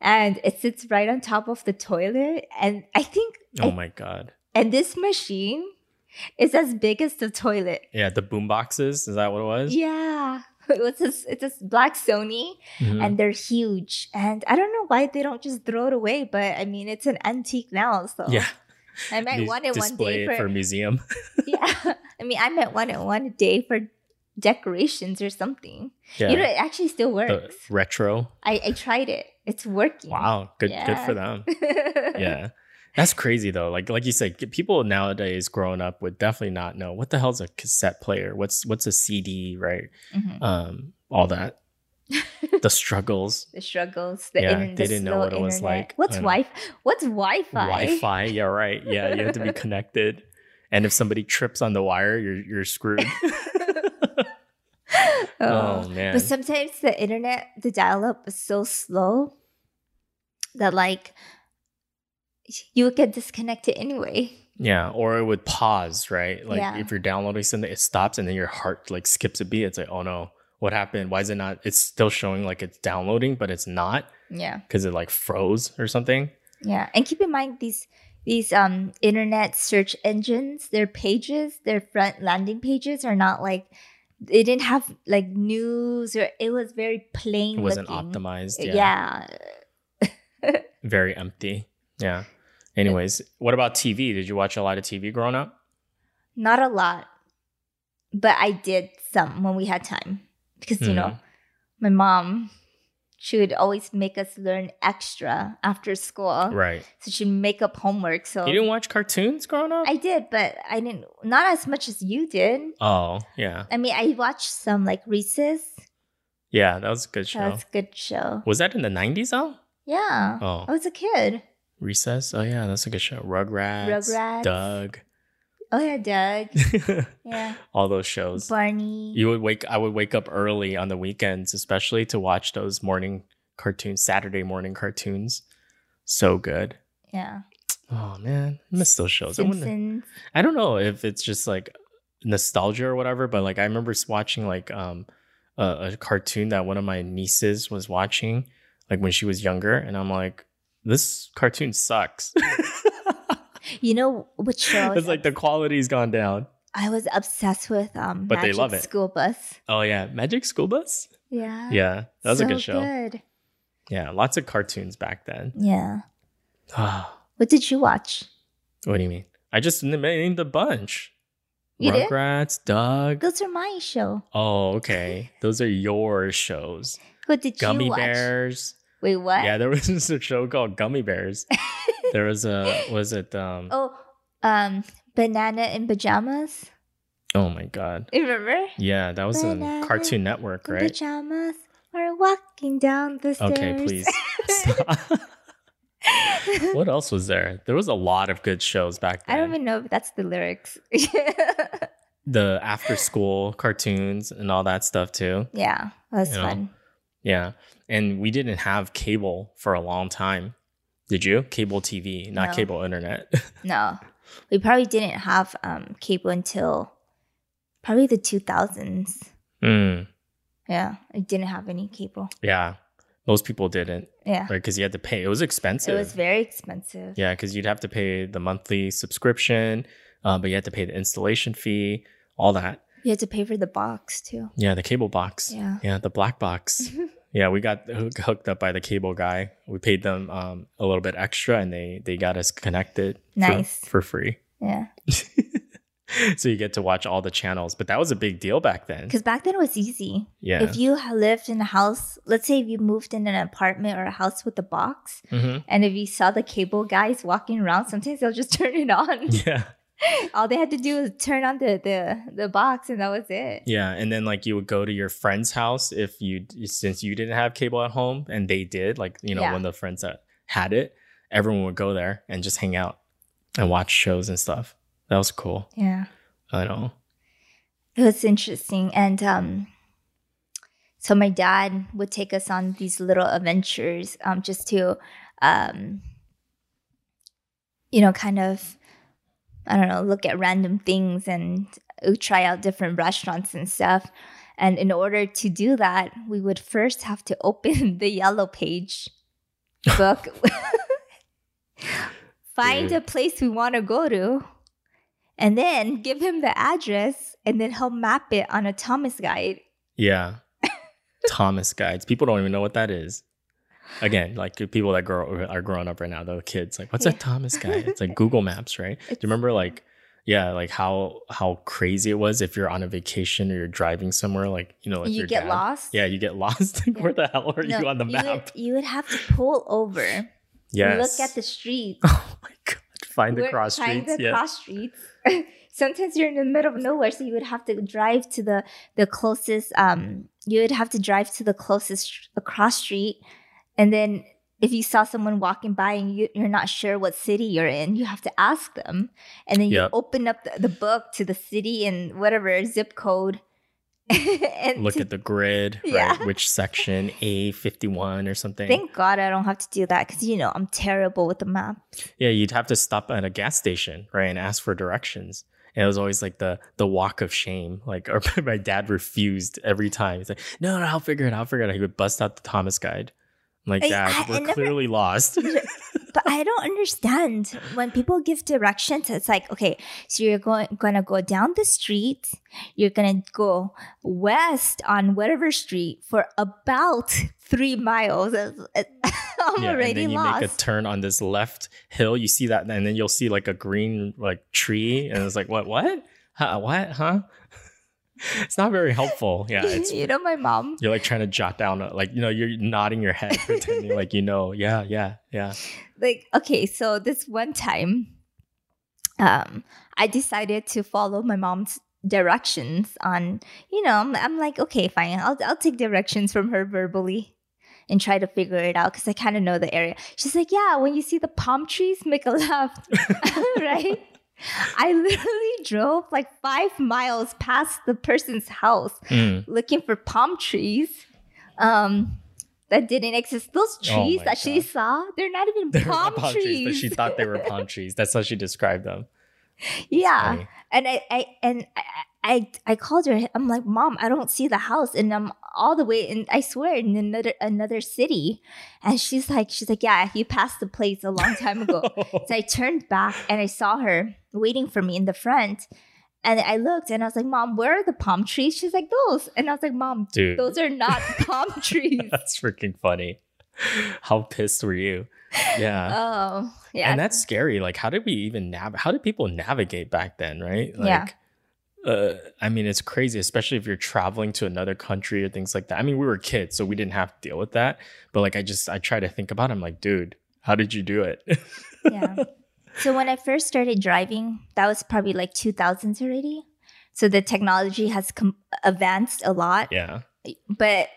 S2: and it sits right on top of the toilet. And I think
S1: oh my god.
S2: and this machine is as big as the toilet.
S1: Yeah, the boom boxes, is that what it was?
S2: Yeah, [laughs] it was this, it's this black Sony.
S1: Mhm.
S2: and they're huge. And I don't know why they don't just throw it away, but I mean, it's an antique now, so
S1: yeah.
S2: [laughs] I might
S1: Dis-
S2: want it one
S1: display
S2: day for,
S1: it for a
S2: [laughs]
S1: museum. [laughs]
S2: yeah. I mean, I might want it one day for decorations or something.
S1: Yeah.
S2: You know, it actually still works.
S1: the retro.
S2: I, I tried it; it's working. [laughs]
S1: Wow. Good good
S2: Yeah.
S1: for
S2: [laughs]
S1: them.
S2: yeah.
S1: yeah that's crazy though like like you said g- people nowadays growing up would definitely not know what the hell's a cassette player what's what's a cd right
S2: Mm-hmm.
S1: um all
S2: [laughs]
S1: that the struggles
S2: The struggles, the
S1: Yeah,
S2: in,
S1: they
S2: the
S1: didn't know
S2: slow
S1: what it was
S2: internet.
S1: like.
S2: What's
S1: I know.
S2: Wi-Fi? What's Wi-Fi? [laughs]
S1: wi-fi [laughs] yeah right yeah you have to be connected and if somebody trips on the wire you're you're
S2: [laughs]
S1: screwed
S2: Oh.
S1: oh, man
S2: But sometimes the internet, the dial up is so slow that like you would get disconnected anyway.
S1: yeah or it would pause right like
S2: Yeah.
S1: if you're downloading something it stops and then your heart like skips a beat it's like oh no what happened why is it not it's still showing like it's downloading but it's not
S2: Yeah.
S1: because it like froze or something
S2: Yeah. And keep in mind these these um internet search engines, their pages, their front landing pages are not like they didn't have like news or it was very plain.
S1: it wasn't
S2: looking.
S1: optimized yeah.
S2: Yeah.
S1: very empty yeah anyways what about tv did you watch a lot of tv growing up
S2: Not a lot. But I did some when we had time. Because you
S1: Hmm.
S2: know, my mom, she would always make us learn extra after school.
S1: right
S2: So she'd make up homework. So
S1: you didn't watch cartoons growing up
S2: I did, but I didn't not as much as you did.
S1: oh yeah
S2: I mean, I watched some like Reese's.
S1: yeah that was a good show
S2: That was a good show.
S1: was that in the 90s though
S2: Yeah.
S1: oh
S2: I was a kid.
S1: recess oh yeah that's a good show rugrats,
S2: Rugrats.
S1: doug
S2: Oh yeah,
S1: [laughs]
S2: Doug. Yeah.
S1: all those shows
S2: Barney.
S1: you would wake i would wake up early on the weekends especially to watch those morning cartoons saturday morning cartoons so good
S2: yeah.
S1: Oh man, I miss those shows. I, wonder,
S2: Simpsons.
S1: I don't know if it's just like nostalgia or whatever, but like I remember s- watching like um a, a cartoon that one of my nieces was watching like when she was younger, and I'm like, this cartoon sucks.
S2: You know which show? I
S1: [laughs]
S2: was
S1: it's like the quality's gone down.
S2: I was obsessed with um
S1: But they
S2: Magic
S1: love it.
S2: School Bus.
S1: Oh yeah, Magic School Bus.
S2: Yeah.
S1: Yeah, that was a
S2: So
S1: good show.
S2: Good.
S1: Yeah, lots of cartoons back then. [sighs]
S2: Yeah.
S1: Ah,
S2: What did you watch?
S1: what do you mean? I just n- named a bunch.
S2: You did?
S1: Rugrats,
S2: [laughs]
S1: Doug.
S2: Those are my show.
S1: Oh, okay. Those are your shows.
S2: What did
S1: Gummy
S2: you watch?
S1: bears.
S2: Wait, what?
S1: Yeah, there was [laughs] this show called Gummy
S2: [laughs]
S1: Bears. there was a was it um oh,
S2: Oh, um, banana in pajamas.
S1: oh my god.
S2: You remember?
S1: Yeah, that was on
S2: Banana
S1: Cartoon Network,
S2: In
S1: right?
S2: pajamas are walking down the stairs.
S1: Okay, please. Stop.
S2: [laughs]
S1: [laughs] what else was there? There was a lot of good shows back then.
S2: I don't even know if that's the lyrics. [laughs]
S1: the after school cartoons and all that stuff too.
S2: yeah, that's
S1: You know.
S2: fun.
S1: Yeah. And we didn't have cable for a long time. Did you? Cable TV, not
S2: No.
S1: cable internet. [laughs]
S2: No, we probably didn't have um, cable until probably the 2000s.
S1: mm,
S2: Yeah, I didn't have any cable.
S1: yeah. Most people didn't,
S2: Yeah,
S1: right? Because you had to pay. It was expensive.
S2: it was very expensive.
S1: yeah, because you'd have to pay the monthly subscription, uh, but you had to pay the installation fee, all that.
S2: You had to pay for the box too.
S1: Yeah, the cable box.
S2: Yeah.
S1: Yeah, the black
S2: [laughs]
S1: box. yeah, we got hook- hooked up by the cable guy. We paid them um, a little bit extra, and they they got us connected. for-
S2: Nice.
S1: for free.
S2: Yeah,
S1: Mm. [laughs] so you get to watch all the channels. But that was a big deal back then.
S2: because back then it was easy.
S1: Yeah.
S2: If you ha- lived in a house, let's say if you moved in an apartment or a house with a box, [laughs]
S1: hmm
S2: and if you saw the cable guys walking around, sometimes they'll just [laughs] turn it on.
S1: Yeah.
S2: All they had to do was turn on the the, the box, and that was it.
S1: Yeah. And then like you would go to your friend's house if you since you didn't have cable at home and they did, like, you know,
S2: Yeah.
S1: one of the friends that had it, everyone would go there and just hang out and watch shows and stuff. That was cool.
S2: Yeah.
S1: I know.
S2: It was interesting. And um, so my dad would take us on these little adventures um, just to, um, you know, kind of, I don't know, look at random things and uh, try out different restaurants and stuff. And in order to do that, we would first have to open [laughs] the yellow page
S1: [laughs]
S2: book, find a place we want to go to and then give him the address and then he'll map it on a Thomas guide.
S1: Yeah.
S2: [laughs]
S1: Thomas guides. People don't even know what that is. Again, like the people that grow are growing up right now, the kids, like, what's a
S2: Yeah.
S1: Thomas guide? It's
S2: [laughs]
S1: like Google Maps, right? Do you remember like yeah, like how how crazy it was if you're on a vacation or you're driving somewhere, like you know, like
S2: you
S1: your
S2: get
S1: dad.
S2: lost?
S1: Yeah, [laughs] you get lost. Like,
S2: Yeah.
S1: Where the hell are
S2: No,
S1: you on the
S2: would-
S1: map?
S2: You would, have to pull over,
S1: yes.
S2: look at the streets,
S1: [laughs] Oh my god! Find the
S2: We're-
S1: cross
S2: find
S1: streets.
S2: the
S1: yeah.
S2: cross streets. [laughs] Sometimes you're in the middle of nowhere, so you would have to drive to the the closest. Um, you would have to drive to the closest sh- a cross street, and then if you saw someone walking by and you, you're not sure what city you're in, you have to ask them, and then
S1: Yep.
S2: you open up the, the book to the city and whatever zip code. [laughs] and
S1: Look
S2: to-
S1: at the
S2: [laughs]
S1: grid.
S2: Yeah.
S1: Right? Which section? A fifty one or something.
S2: Thank God I don't have to do that because you know I'm terrible with the map.
S1: yeah, you'd have to stop at a gas station, right, and ask for directions. And it was always like the the walk of shame. Like, [laughs] or my dad refused every time. He's like, "No, no, I'll figure it. out. I'll figure it." out. He would bust out the Thomas guide. I'm like,
S2: I-
S1: Dad,
S2: I- I
S1: we're
S2: never-
S1: clearly
S2: [laughs]
S1: lost. [laughs]
S2: but I don't understand when people give directions. It's like, okay, so you're going gonna go down the street, you're gonna go west on whatever street for about three miles. It's- [laughs] it- I'm
S1: and
S2: already
S1: then you
S2: lost.
S1: make a turn on this left hill. You see that, and then you'll see like a green like tree, and it's like, what, what, huh, what, huh? [laughs] it's not very helpful.
S2: [laughs]
S1: Yeah, it's
S2: you know, my mom.
S1: you're like trying to jot down, uh, like you know, you're nodding your head, pretending like you know, yeah, yeah, yeah.
S2: Like, okay, so this one time, um, I decided to follow my mom's directions on. You know, I'm, I'm like, okay, fine, I'll I'll take directions from her verbally. and try to figure it out because I kind of know the area. She's like, Yeah, when you see the palm trees, make a left, [laughs] right? I literally drove like five miles past the person's house
S1: Mm.
S2: looking for palm trees um, that didn't exist. Those
S1: Oh
S2: trees
S1: my
S2: that she
S1: God.
S2: saw, they're not
S1: [laughs]
S2: even
S1: They were
S2: palm,
S1: not
S2: trees.
S1: but she thought they were palm trees. That's how she described them.
S2: yeah.
S1: Funny.
S2: and I, I and I, I I called her. I'm like, Mom, I don't see the house, and I'm all the way in. I swear, in another another city. And she's like, she's like, yeah, you passed the place a long time
S1: [laughs]
S2: ago. so I turned back and I saw her waiting for me in the front. And I looked and I was like, Mom, where are the palm trees? She's like, those. And I was like, Mom,
S1: Dude, [laughs]
S2: those are not palm trees.
S1: that's freaking funny. How pissed were you? Yeah.
S2: [laughs] Oh, yeah.
S1: And that's scary. Like, how did we even nav? How did people navigate back then, right? Like,
S2: Yeah.
S1: uh, I mean, it's crazy, especially if you're traveling to another country or things like that. I mean, we were kids, so we didn't have to deal with that. But like, I just I try to think about. It. I'm like, dude, how did you do it? [laughs]
S2: yeah. So when I first started driving, that was probably like 2000s already. So the technology has com- advanced a lot.
S1: yeah.
S2: But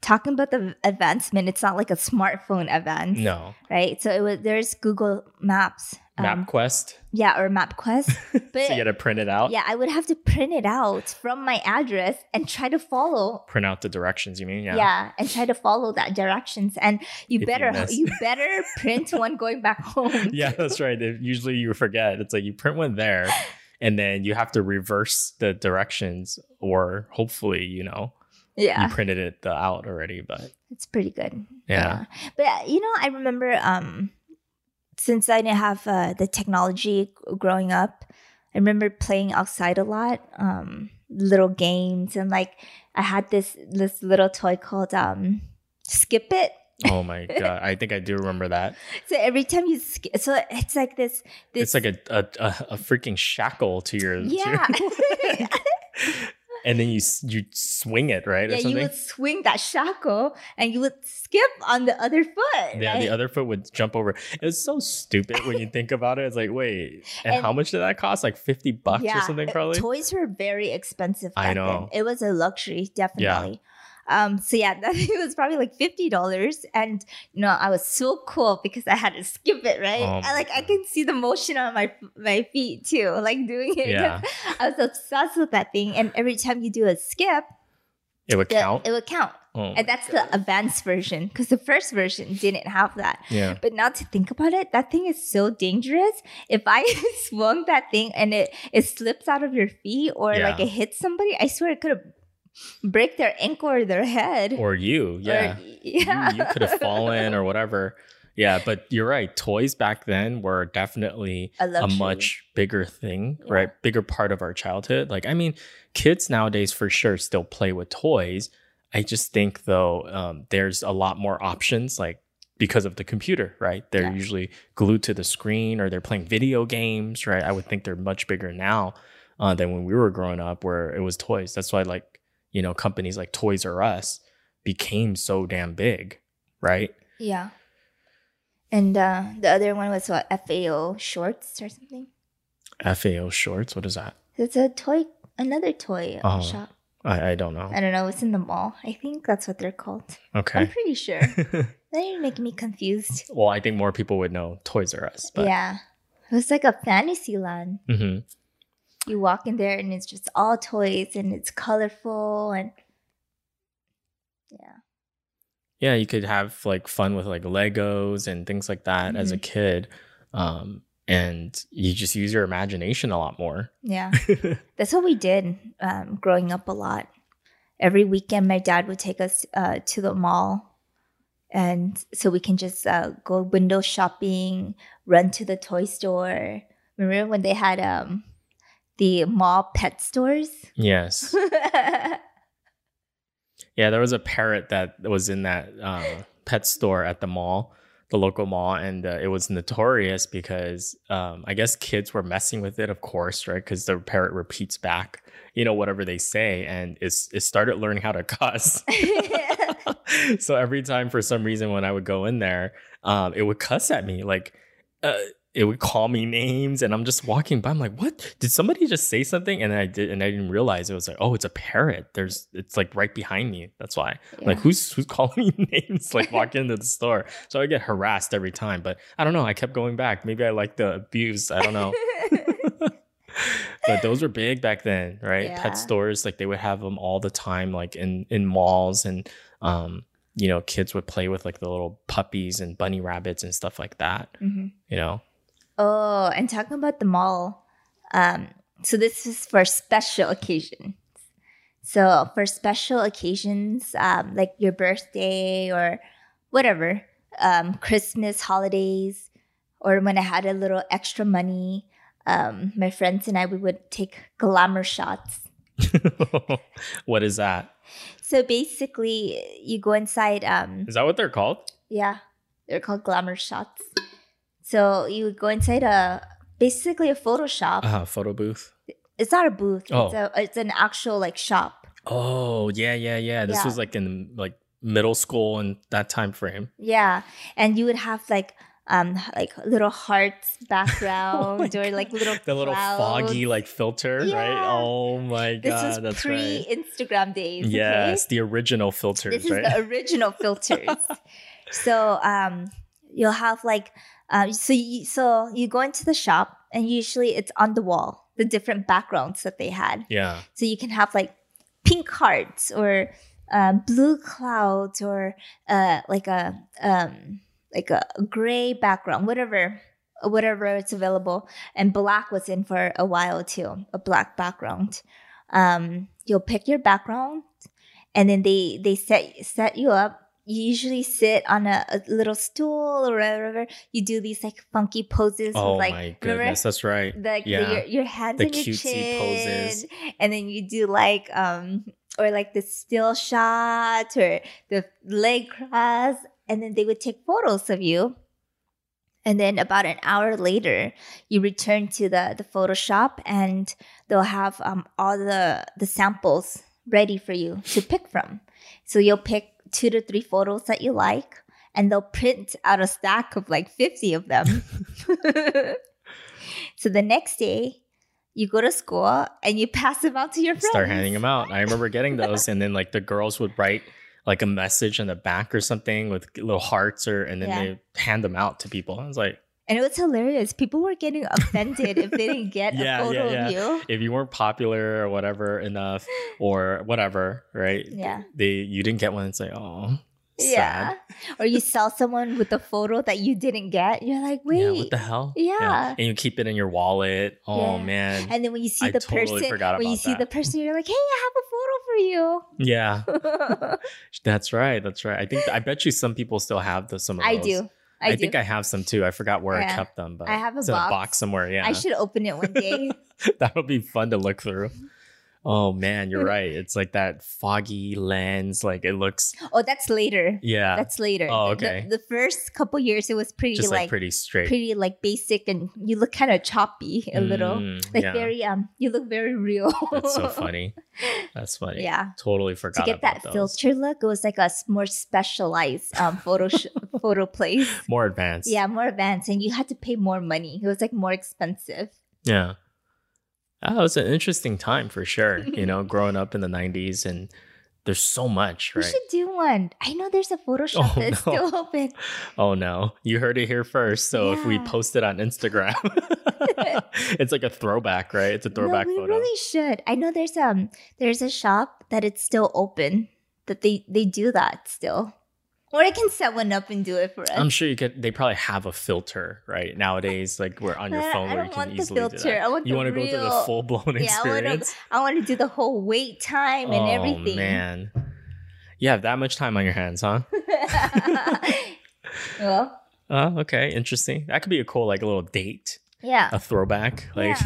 S2: talking about the advancement, it's not like a smartphone advance,
S1: No.
S2: right? So it was there's Google Maps. um,
S1: MapQuest.
S2: Yeah, or MapQuest. But
S1: [laughs] so you had to print it out.
S2: yeah, I would have to print it out from my address and try to follow
S1: Print out the directions. You mean?
S2: yeah.
S1: Yeah.
S2: and try to follow that directions and you
S1: If you
S2: better
S1: miss.
S2: you, better print one going back home
S1: [laughs] Yeah, that's right. They- Usually you forget. It's like you print one there, and then you have to reverse the directions, or hopefully, you know, you
S2: yeah
S1: printed it the out already. But
S2: it's pretty good
S1: yeah,
S2: but uh, you know i remember um since i didn't have uh, the technology g- growing up i remember playing outside a lot um little games and like i had this this little toy called um skip it
S1: oh
S2: [laughs]
S1: my god, I think I do remember that.
S2: so every time you sk- so it's like this this
S1: It's like a a, a, a freaking shackle to your to your-
S2: yeah [laughs]
S1: [laughs] and then you s- you swing it right or
S2: yeah, you
S1: something.
S2: would swing that shackle and you would skip on the other foot.
S1: yeah,
S2: right?
S1: the other foot would jump over. It was so stupid when you think about it. It's like, wait, and,
S2: And-
S1: how much did that cost? Like fifty bucks
S2: Yeah,
S1: or something,
S2: uh,
S1: probably.
S2: Toys were very expensive.
S1: I
S2: back then.
S1: know.
S2: It was a luxury, definitely. Um, so yeah, [laughs] that, it was probably like fifty dollars, and you know I was so cool because I had to skip it, right?
S1: Oh my
S2: I, like I
S1: God.
S2: can see the motion on my my feet too, like doing it.
S1: yeah,
S2: [laughs] I was obsessed with that thing, and every time you do a skip,
S1: it would
S2: the-
S1: count.
S2: it would count,
S1: oh,
S2: and that's the advanced version because the first version didn't have that.
S1: yeah.
S2: But now to think about it, that thing is so dangerous. If I [laughs] swung that thing and it it slips out of your feet or
S1: Yeah.
S2: like it hits somebody, I swear it could have break their ankle or their head.
S1: or you yeah
S2: Or- [laughs]
S1: You-
S2: yeah.
S1: Mm, you, could have fallen or whatever yeah but you're right toys back then were definitely
S2: a,
S1: a
S2: luxury.
S1: much bigger thing
S2: Yeah.
S1: right bigger part of our childhood like i mean kids nowadays for sure still play with toys i just think though um, there's a lot more options like because of the computer right they're
S2: Yeah.
S1: usually glued to the screen or they're playing video games right i would think they're much bigger now uh, than when we were growing up where it was toys that's why like you know companies like toys r us became so damn big right
S2: Yeah. And uh, the other one was what FAO shorts or something.
S1: fao shorts what is that
S2: It's a toy, another toy
S1: Oh.
S2: shop.
S1: i, I don't know
S2: I don't know. It's in the mall. I think that's what they're called. I'm
S1: okay
S2: pretty sure.
S1: [laughs]
S2: Now you're making me confused.
S1: well i think more people would know toys r us but
S2: yeah. It was like a fantasy land.
S1: Mhm.
S2: You walk in there and it's just all toys and it's colorful and yeah.
S1: yeah you could have like fun with like legos and things like that as a kid um, and you just use your imagination a lot more [laughs]
S2: Yeah. That's what we did um, growing up a lot. Every weekend, my dad would take us uh, to the mall. And so we can just uh, go window shopping, run to the toy store. Remember when they had um, the mall pet stores? [laughs]
S1: yes Yeah, there was a parrot that was in that uh, pet store at the mall, the local mall, and uh, it was notorious because um, I guess kids were messing with it, of course, right? Because the parrot repeats back, you know, whatever they say, and it's it started learning how to [laughs] cuss. [laughs] so every time, for some reason, when I would go in there, um, it would cuss at me, like. Uh, it would call me names, and I'm just walking by. I'm like, "What? Did somebody just say something?" And I did, and I didn't realize it was like, "Oh, it's a parrot." There's, it's like right behind me. That's why. Like
S2: Yeah.
S1: who's who's calling me [laughs] names like walking into the store? So I get harassed every time. But I don't know. I kept going back. Maybe I like the abuse. I don't
S2: [laughs]
S1: know. but those were big back then, right?
S2: Yeah.
S1: Pet stores like they would have them all the time, like in in malls and um, you know, kids would play with like the little puppies and bunny rabbits and stuff like that.
S2: Mhm.
S1: You know. [laughs]
S2: Oh, and talking about the mall, um, so this is for special occasions. So for special occasions, um, like your birthday or whatever, um, Christmas holidays, or when I had a little extra money, um, my friends and I we would take glamour shots.
S1: what is that?
S2: So basically, you go inside. Um,
S1: Is that what they're called?
S2: Yeah, they're called glamour shots. So you would go inside a basically a photo shop.
S1: Uh-huh. Uh, photo booth.
S2: It's not a booth.
S1: Oh.
S2: It's a it's an actual like shop.
S1: Oh, yeah, yeah, yeah. This
S2: Yeah.
S1: was like in like middle school and that time frame.
S2: Yeah, and you would have like um like
S1: [laughs]
S2: little hearts
S1: Oh my
S2: background or like little
S1: The little foggy
S2: clouds.
S1: like filter,
S2: Yeah.
S1: right? Oh my
S2: This
S1: god,
S2: was
S1: that's
S2: pre
S1: right.
S2: Instagram days. okay?
S1: Yes, the original filters,
S2: This is
S1: right?
S2: the
S1: [laughs]
S2: original filters. so um, you'll have like um, so you, so you go into the shop and usually it's on the wall the different backgrounds that they had.
S1: yeah.
S2: So you can have like pink hearts or uh, blue clouds or uh, like a um, like a gray background, whatever whatever it's available. And black was in for a while too, a black background. Um, you'll pick your background, and then they they set set you up. You usually sit on a, a little stool or whatever. You do these like funky poses.
S1: Oh
S2: with, like,
S1: my goodness,
S2: remember
S1: that's right.
S2: like the,
S1: Yeah.
S2: your, your hands
S1: The
S2: and your
S1: cutesy
S2: chin,
S1: poses.
S2: and then you do like um or like the still shot or the leg cross, and then they would take photos of you. And then about an hour later, you return to the the Photoshop, and they'll have um, all the the samples ready for you to pick from. So you'll pick two to three photos that you like, and they'll print out a stack of like fifty of
S1: [laughs]
S2: them. so the next day, you go to school and you pass them out to your friends.
S1: Start handing them out. I remember getting those, and then like the girls would write like a message in the back or something with little hearts, or and then
S2: Yeah.
S1: they hand them out to people. I was like,
S2: And it was hilarious. People were getting offended if they didn't
S1: [laughs]
S2: get
S1: Yeah,
S2: a photo
S1: yeah,
S2: of you.
S1: if you weren't popular or whatever
S2: [gasps]
S1: enough or whatever, right?
S2: Yeah.
S1: They you didn't get one. It's like oh, sad.
S2: Yeah. Or you saw someone with a photo that you didn't get. You're like, wait.
S1: Yeah, what the hell?
S2: Yeah.
S1: And you keep it in your wallet. Oh
S2: Yeah.
S1: man.
S2: and then when you see
S1: I
S2: the
S1: totally
S2: person,
S1: forgot
S2: when you
S1: about
S2: see
S1: that.
S2: the person, you're like, hey, I
S1: yeah.
S2: have a photo for you. [laughs]
S1: That's right. That's right. I think I bet you some people still have the some of
S2: I
S1: those.
S2: do. I, do.
S1: think I have some too. I forgot where I
S2: Yeah.
S1: kept them, but
S2: I have a
S1: it's in a
S2: box.
S1: box somewhere. Yeah.
S2: I should open it
S1: [laughs]
S2: one day.
S1: That'll be fun to look through. Oh man,
S2: [laughs]
S1: you're right. It's like that foggy lens. Like it looks
S2: oh, that's later.
S1: yeah.
S2: That's later.
S1: Oh,
S2: The-
S1: okay.
S2: The, the first couple years, it was pretty
S1: just like,
S2: like,
S1: pretty straight.
S2: pretty like basic, and you look kind of choppy a little, [laughs]
S1: Mm,
S2: like
S1: yeah.
S2: very um, you look very real.
S1: That's
S2: [laughs]
S1: so funny. That's funny.
S2: Yeah.
S1: Totally
S2: To
S1: forgot
S2: get
S1: about
S2: that
S1: those.
S2: filter look, it was like a s- more specialized um, photo sh-
S1: [laughs]
S2: photo place.
S1: More advanced.
S2: Yeah, more advanced, and you had to pay more money. It was like more expensive.
S1: Yeah. Oh, it's an interesting time for sure. You know, growing up in the 90s and there's so much,
S2: We
S1: right?
S2: should do one. I know there's a Photoshop
S1: [laughs] Oh,
S2: that's
S1: no.
S2: still open.
S1: Oh no, you heard it here first. So if we
S2: Yeah.
S1: post it on
S2: [laughs]
S1: Instagram, [laughs] it's like a throwback, right? It's a throwback
S2: no, we
S1: photo.
S2: really should. I know there's um there's a shop that it's still open that they they do that still. Or I can set one up and do it for us.
S1: I'm sure you could. They probably have a filter, right? Nowadays, like we're on your
S2: But
S1: phone,
S2: I
S1: where you
S2: don't
S1: can
S2: want the
S1: easily do
S2: filter.
S1: that.
S2: I want
S1: You
S2: the
S1: want to go through the
S2: real-
S1: full blown
S2: Yeah, I wanna-
S1: experience.
S2: I want to do the whole wait time and
S1: oh
S2: everything.
S1: man, you have that much time on your hands, huh?
S2: [laughs] well,
S1: Oh, okay, interesting. That could be a cool, like a little date,
S2: yeah,
S1: a throwback, [laughs] like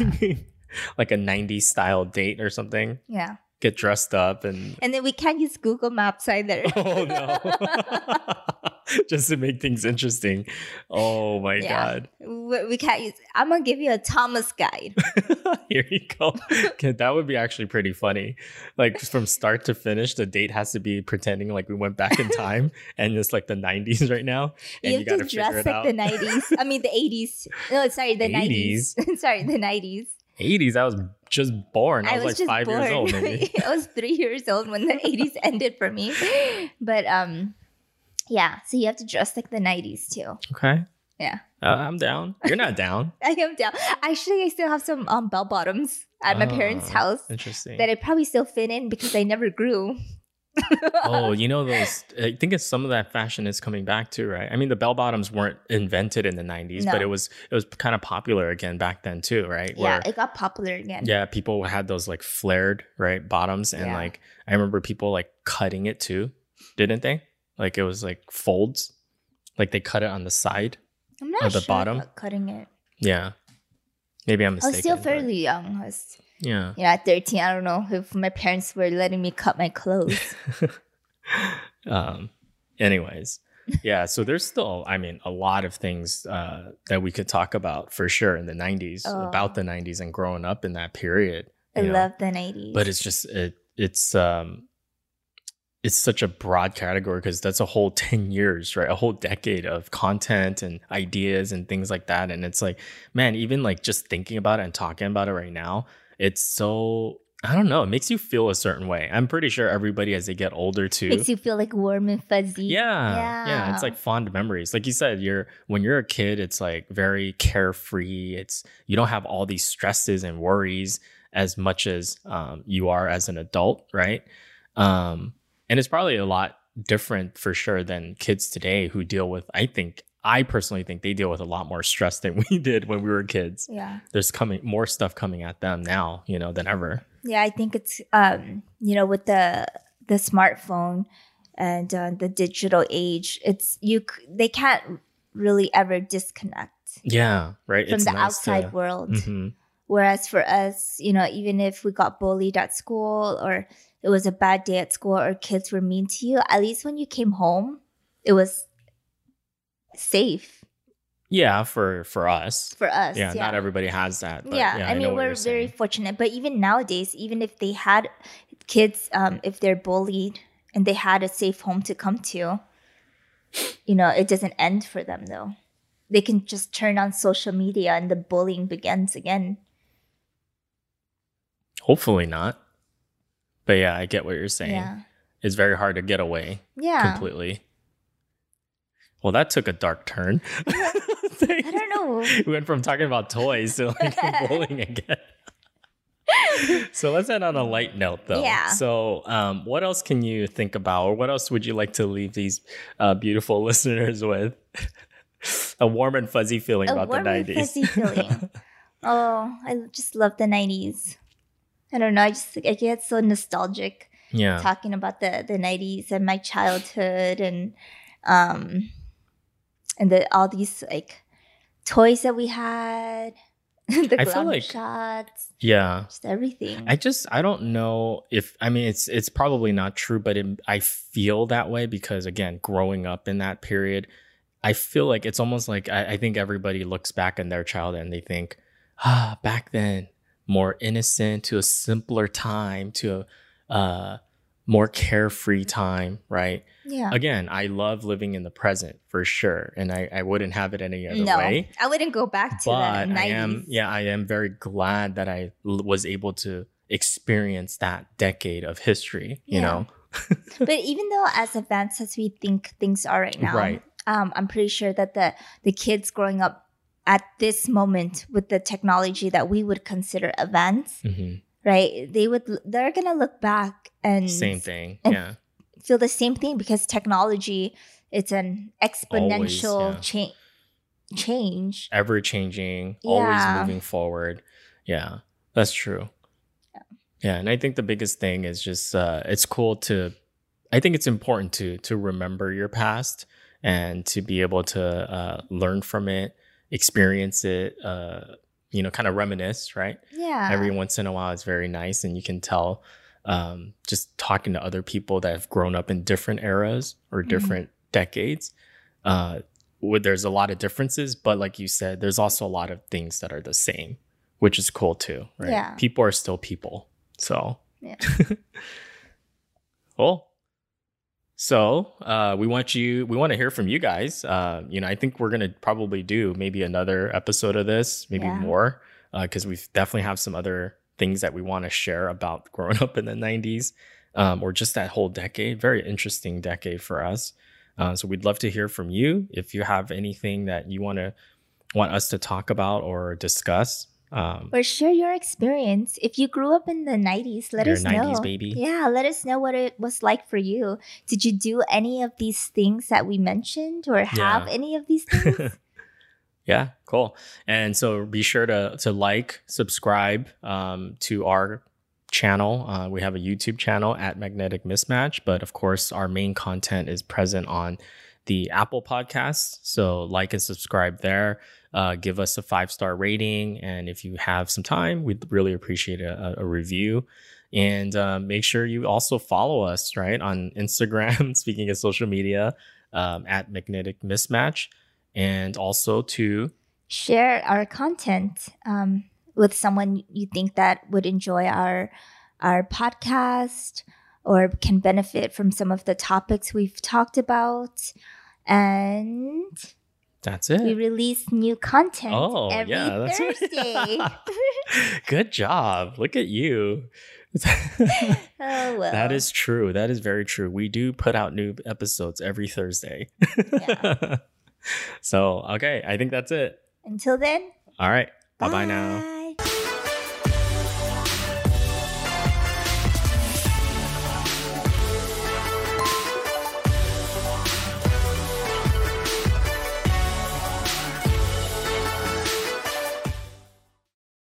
S1: like a '90s style date or something.
S2: yeah.
S1: Get dressed up and [laughs]
S2: And then we can't use Google Maps either.
S1: Oh no. [laughs] Just to make things interesting. Oh my
S2: Yeah.
S1: god.
S2: [laughs] we, we can't use. I'm gonna give you a Thomas guide.
S1: [laughs] Here you go. Okay, that would be actually pretty funny. Like from start to finish, the date has to be pretending like we went back in time
S2: [laughs]
S1: and it's like the 90s right now and
S2: You
S1: you,
S2: have
S1: got to
S2: to
S1: figure
S2: dress
S1: it
S2: like
S1: out.
S2: the 90s. I mean
S1: [laughs]
S2: the 80s. No, sorry, the 90s. [laughs] sorry, the 90s.
S1: 80s, I was just born. I, was, like 5 years old
S2: [laughs]
S1: maybe.
S2: I was three years old when the 80s [laughs] ended for me. But um, yeah. So you have to dress like the 90s too.
S1: Okay.
S2: Yeah.
S1: Uh, I'm down. You're not down.
S2: I am down. Actually, I still have some um, bell bottoms at my parents'
S1: Oh,
S2: house
S1: Interesting.
S2: that I probably still fit in because I never grew.
S1: [laughs] oh,
S2: [laughs]
S1: you know those. I think it's some of that fashion is coming back too, right? I mean, the bell bottoms weren't invented in the '90s, but
S2: No.
S1: it was it was kind of popular again back then too, right?
S2: yeah, it got popular again.
S1: yeah, people had those like flared right bottoms, and
S2: Yeah.
S1: like I remember people like cutting it too, didn't they? Like it was like folds, like they cut it on the side.
S2: I'm not
S1: Oh, the
S2: sure
S1: bottom?
S2: about cutting it.
S1: Yeah, maybe I'm
S2: I was
S1: mistaken.
S2: still
S1: but-
S2: fairly young. I was,
S1: Yeah.
S2: you know, at 13. I don't know if my parents were letting me cut my clothes.
S1: um anyways yeah so there's still i mean a lot of things uh that we could talk about for sure in the 90s
S2: Oh.
S1: about the 90s and growing up in that period
S2: I
S1: you know?
S2: love the 90s.
S1: but it's just it, it's um it's such a broad category because that's a whole [laughs] 10 years right a whole decade of content and ideas and things like that and it's like man even like just thinking about it and talking about it right now it's so i don't know it makes you feel a certain way i'm pretty sure everybody as they get older too
S2: makes you feel like warm and fuzzy.
S1: yeah, yeah
S2: Yeah.
S1: it's like fond memories like you said you're when you're a kid it's like very carefree it's you don't have all these stresses and worries as much as um, you are as an adult right um, and it's probably a lot different for sure than kids today who deal with i think i personally think they deal with a lot more stress than [laughs] we did when we were kids
S2: Yeah.
S1: there's coming more stuff coming at them now you know than ever
S2: Yeah, I think it's um, you know, with the the smartphone and uh, the digital age, it's you c- they can't really ever disconnect
S1: yeah right
S2: from the outside world.
S1: hmm
S2: Whereas for us, you know, even if we got bullied at school or it was a bad day at school or kids were mean to you, at least when you came home, it was safe
S1: yeah for for us
S2: for us.
S1: yeah, not everybody has that. But
S2: yeah,
S1: yeah,
S2: I
S1: know
S2: mean
S1: what
S2: we're
S1: you're
S2: very
S1: saying.
S2: fortunate, but even nowadays, even if they had kids, um, if they're bullied and they had a safe home to come to, you know, it doesn't end for them though. They can just turn on social media and the bullying begins again.
S1: hopefully not. But yeah, I get what you're saying.
S2: Yeah,
S1: It's very hard to get away
S2: yeah.
S1: completely. Well, that took a dark turn. [laughs]
S2: I don't know.
S1: we went from talking about toys to
S2: [laughs]
S1: like bowling again. so let's end on a light note though.
S2: Yeah.
S1: So um, what else can you think about or what else would you like to leave these uh, beautiful [laughs] listeners with? a warm and fuzzy feeling
S2: A
S1: about
S2: warm
S1: the
S2: and
S1: 90s. [laughs]
S2: fuzzy feeling. Oh, I just love the '90s. I don't know. I just I get so nostalgic.
S1: yeah.
S2: talking about the the nineties and my childhood and um and the all these like toys that we had, [laughs] the
S1: I feel
S2: glam
S1: like-
S2: shots,
S1: yeah.
S2: just everything.
S1: I just I don't know if I mean it's it's probably not true, but it, I feel that way because again, growing up in that period, I feel like it's almost like I, I think everybody looks back in their childhood and they think, ah, back then, more innocent to a simpler time to a uh, more carefree time, right?
S2: yeah.
S1: Again, I love living in the present for sure, and I I wouldn't have it any other
S2: No,
S1: way
S2: I wouldn't go back to
S1: but
S2: the
S1: I
S2: nineties.
S1: am yeah I am very glad that I l- was able to experience that decade of history you
S2: Yeah.
S1: know
S2: but even though as advanced as we think things are right now,
S1: Right.
S2: um, I'm pretty sure that the the kids growing up at this moment with the technology that we would consider advanced,
S1: Mhm.
S2: right? They would they're gonna look back and
S1: same thing
S2: and
S1: yeah
S2: feel the same thing because technology it's an exponential
S1: Always, yeah.
S2: cha- change
S1: ever changing always
S2: Yeah.
S1: moving forward yeah that's true yeah and I think the biggest thing is just uh, it's cool to I think it's important to to remember your past and to be able to uh, learn from it experience it uh, you know kind of reminisce right
S2: yeah
S1: every once in a while it's very nice and you can tell um, just talking to other people that have grown up in different eras or
S2: Mhm.
S1: different decades uh, where there's a lot of differences but like you said there's also a lot of things that are the same which is cool too right
S2: Yeah.
S1: people are still people so
S2: Yeah.
S1: cool so uh, we want you we want to hear from you guys uh, you know i think we're gonna probably do maybe another episode of this maybe
S2: Yeah.
S1: more because we definitely have some other things that we want to share about growing up in the 90s um, or just that whole decade very interesting decade for us uh, so we'd love to hear from you if you have anything that you want to want us to talk about or discuss um,
S2: or share your experience if you grew up in the 90s let
S1: Your
S2: us
S1: 90s
S2: know
S1: baby.
S2: yeah let us know what it was like for you did you do any of these things that we mentioned or have
S1: Yeah.
S2: any of
S1: [laughs]
S2: these things
S1: Yeah, cool. And so be sure to to like, subscribe um, to our channel. Uh, we have a YouTube channel at Magnetic Mismatch, but of course, our main content is present on the Apple Podcasts. So like and subscribe there. Uh, give us a five star rating, and if you have some time, we'd really appreciate a, a- a review. And uh, make sure you also follow us right on Instagram. [laughs] Speaking of social media, um, at Magnetic Mismatch and also to
S2: share our content um, with someone you think that would enjoy our our podcast or can benefit from some of the topics we've talked about. And
S1: That's
S2: we
S1: it.
S2: release new content
S1: Oh,
S2: every
S1: yeah, that's right. [laughs]
S2: Thursday.
S1: [laughs]
S2: [laughs]
S1: Good job. Look at you. [laughs]
S2: oh well.
S1: That is true. That is very true. We do put out new episodes every Thursday. [laughs] so, okay, I think that's it.
S2: until then.
S1: All right. Bye-bye now.